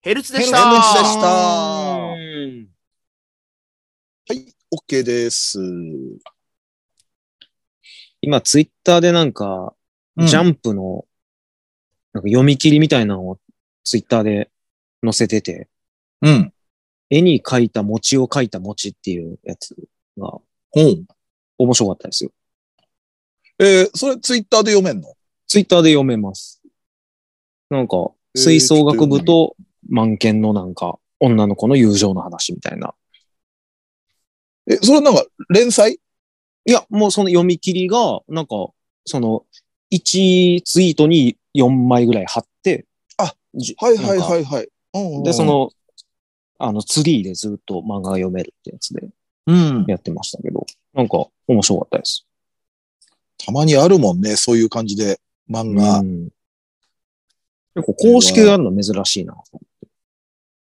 C: ヘルツで
B: ヘルツ
C: した。
A: ヘルツでした
B: うん
A: はい、OK です。
B: 今、ツイッターでなんか、ジャ
A: ン
B: ンプの、なんか読み切りみたいなのをツイッターで載せてて、
A: うん。
B: 絵に描いた餅を描いた餅っていうやつが
A: ほう。
B: 面白かったですよ。
A: えー、それツイッターで読めんの
B: ツイッターで読めます。なんか、
A: えー
B: 吹奏楽部と満研のなんか、女の子の友情の話みたいな。
A: え、それなんか、連載
B: いや、もうその読み切りが、なんか、その、1ツイートに4枚ぐらい貼って、
A: あ
B: じ、
A: はいはい
B: なんか
A: はいはい。うんうん
B: で、そ、の、あの、ツリーでずっと漫画が読めるってやつで
A: うん。
B: やってましたけど、なんか面白かったです。
A: たまにあるもんね、そういう感じで、漫画。
B: うん結構公式でやるの珍しいな。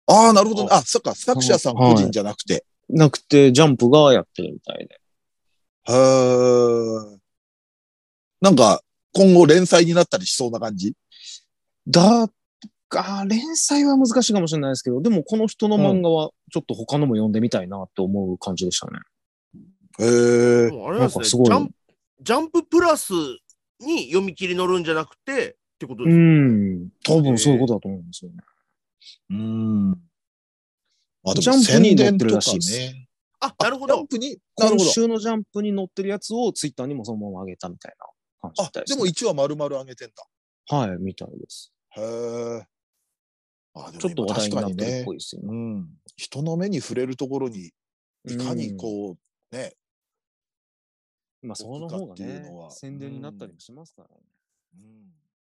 A: ああ、なるほどね。あ、そっか、作者さん個人じゃなくて。
B: なくて、ジャンプがやってるみたいで。
A: へーなんか、今後連載になったりしそうな感じ
B: だが、連載は難しいかもしれないですけど、でもこの人の漫画はちょっと他のも読んでみたいなと思う感じでしたね。
A: へえ。
C: もうあれな
B: な
C: んですね
B: んかすごい
C: ジャン。ジャンププラスに読み切り乗るんじゃなくて、ってこと
B: う
C: です。
B: ん。多分そういうことだと思うんですよね。
A: うん。あ、で
B: ジャ
A: も
B: ンプに
A: 宣
B: 載っ
A: 伝
B: てる
A: と
B: ら
A: か
B: しいです
A: ね。
C: あ、なるほ
A: ジャ
C: ど
A: ン。プに、なる
B: 今
A: ほど。
B: 週のジャンプに載ってるやつをツイッターにもそのまま上げたみたいな感じみ
A: あ
B: たい、で、
A: ですも
B: ね。
A: 1話丸々上げてん
B: はい、みたいです。
A: だ。へえ。あ、で
B: ちょっと
A: も今
B: 話題
A: 確
B: に
A: か
B: なっ
A: に
B: てるっ
A: ね
B: ぽ、いですよね。
A: うん。人の目に触れるところに、いかにこう、ね。
B: うん、まあその方が
A: 僕がっていう
B: ね
A: のは、
B: 宣伝になったりもしますからね。
A: うん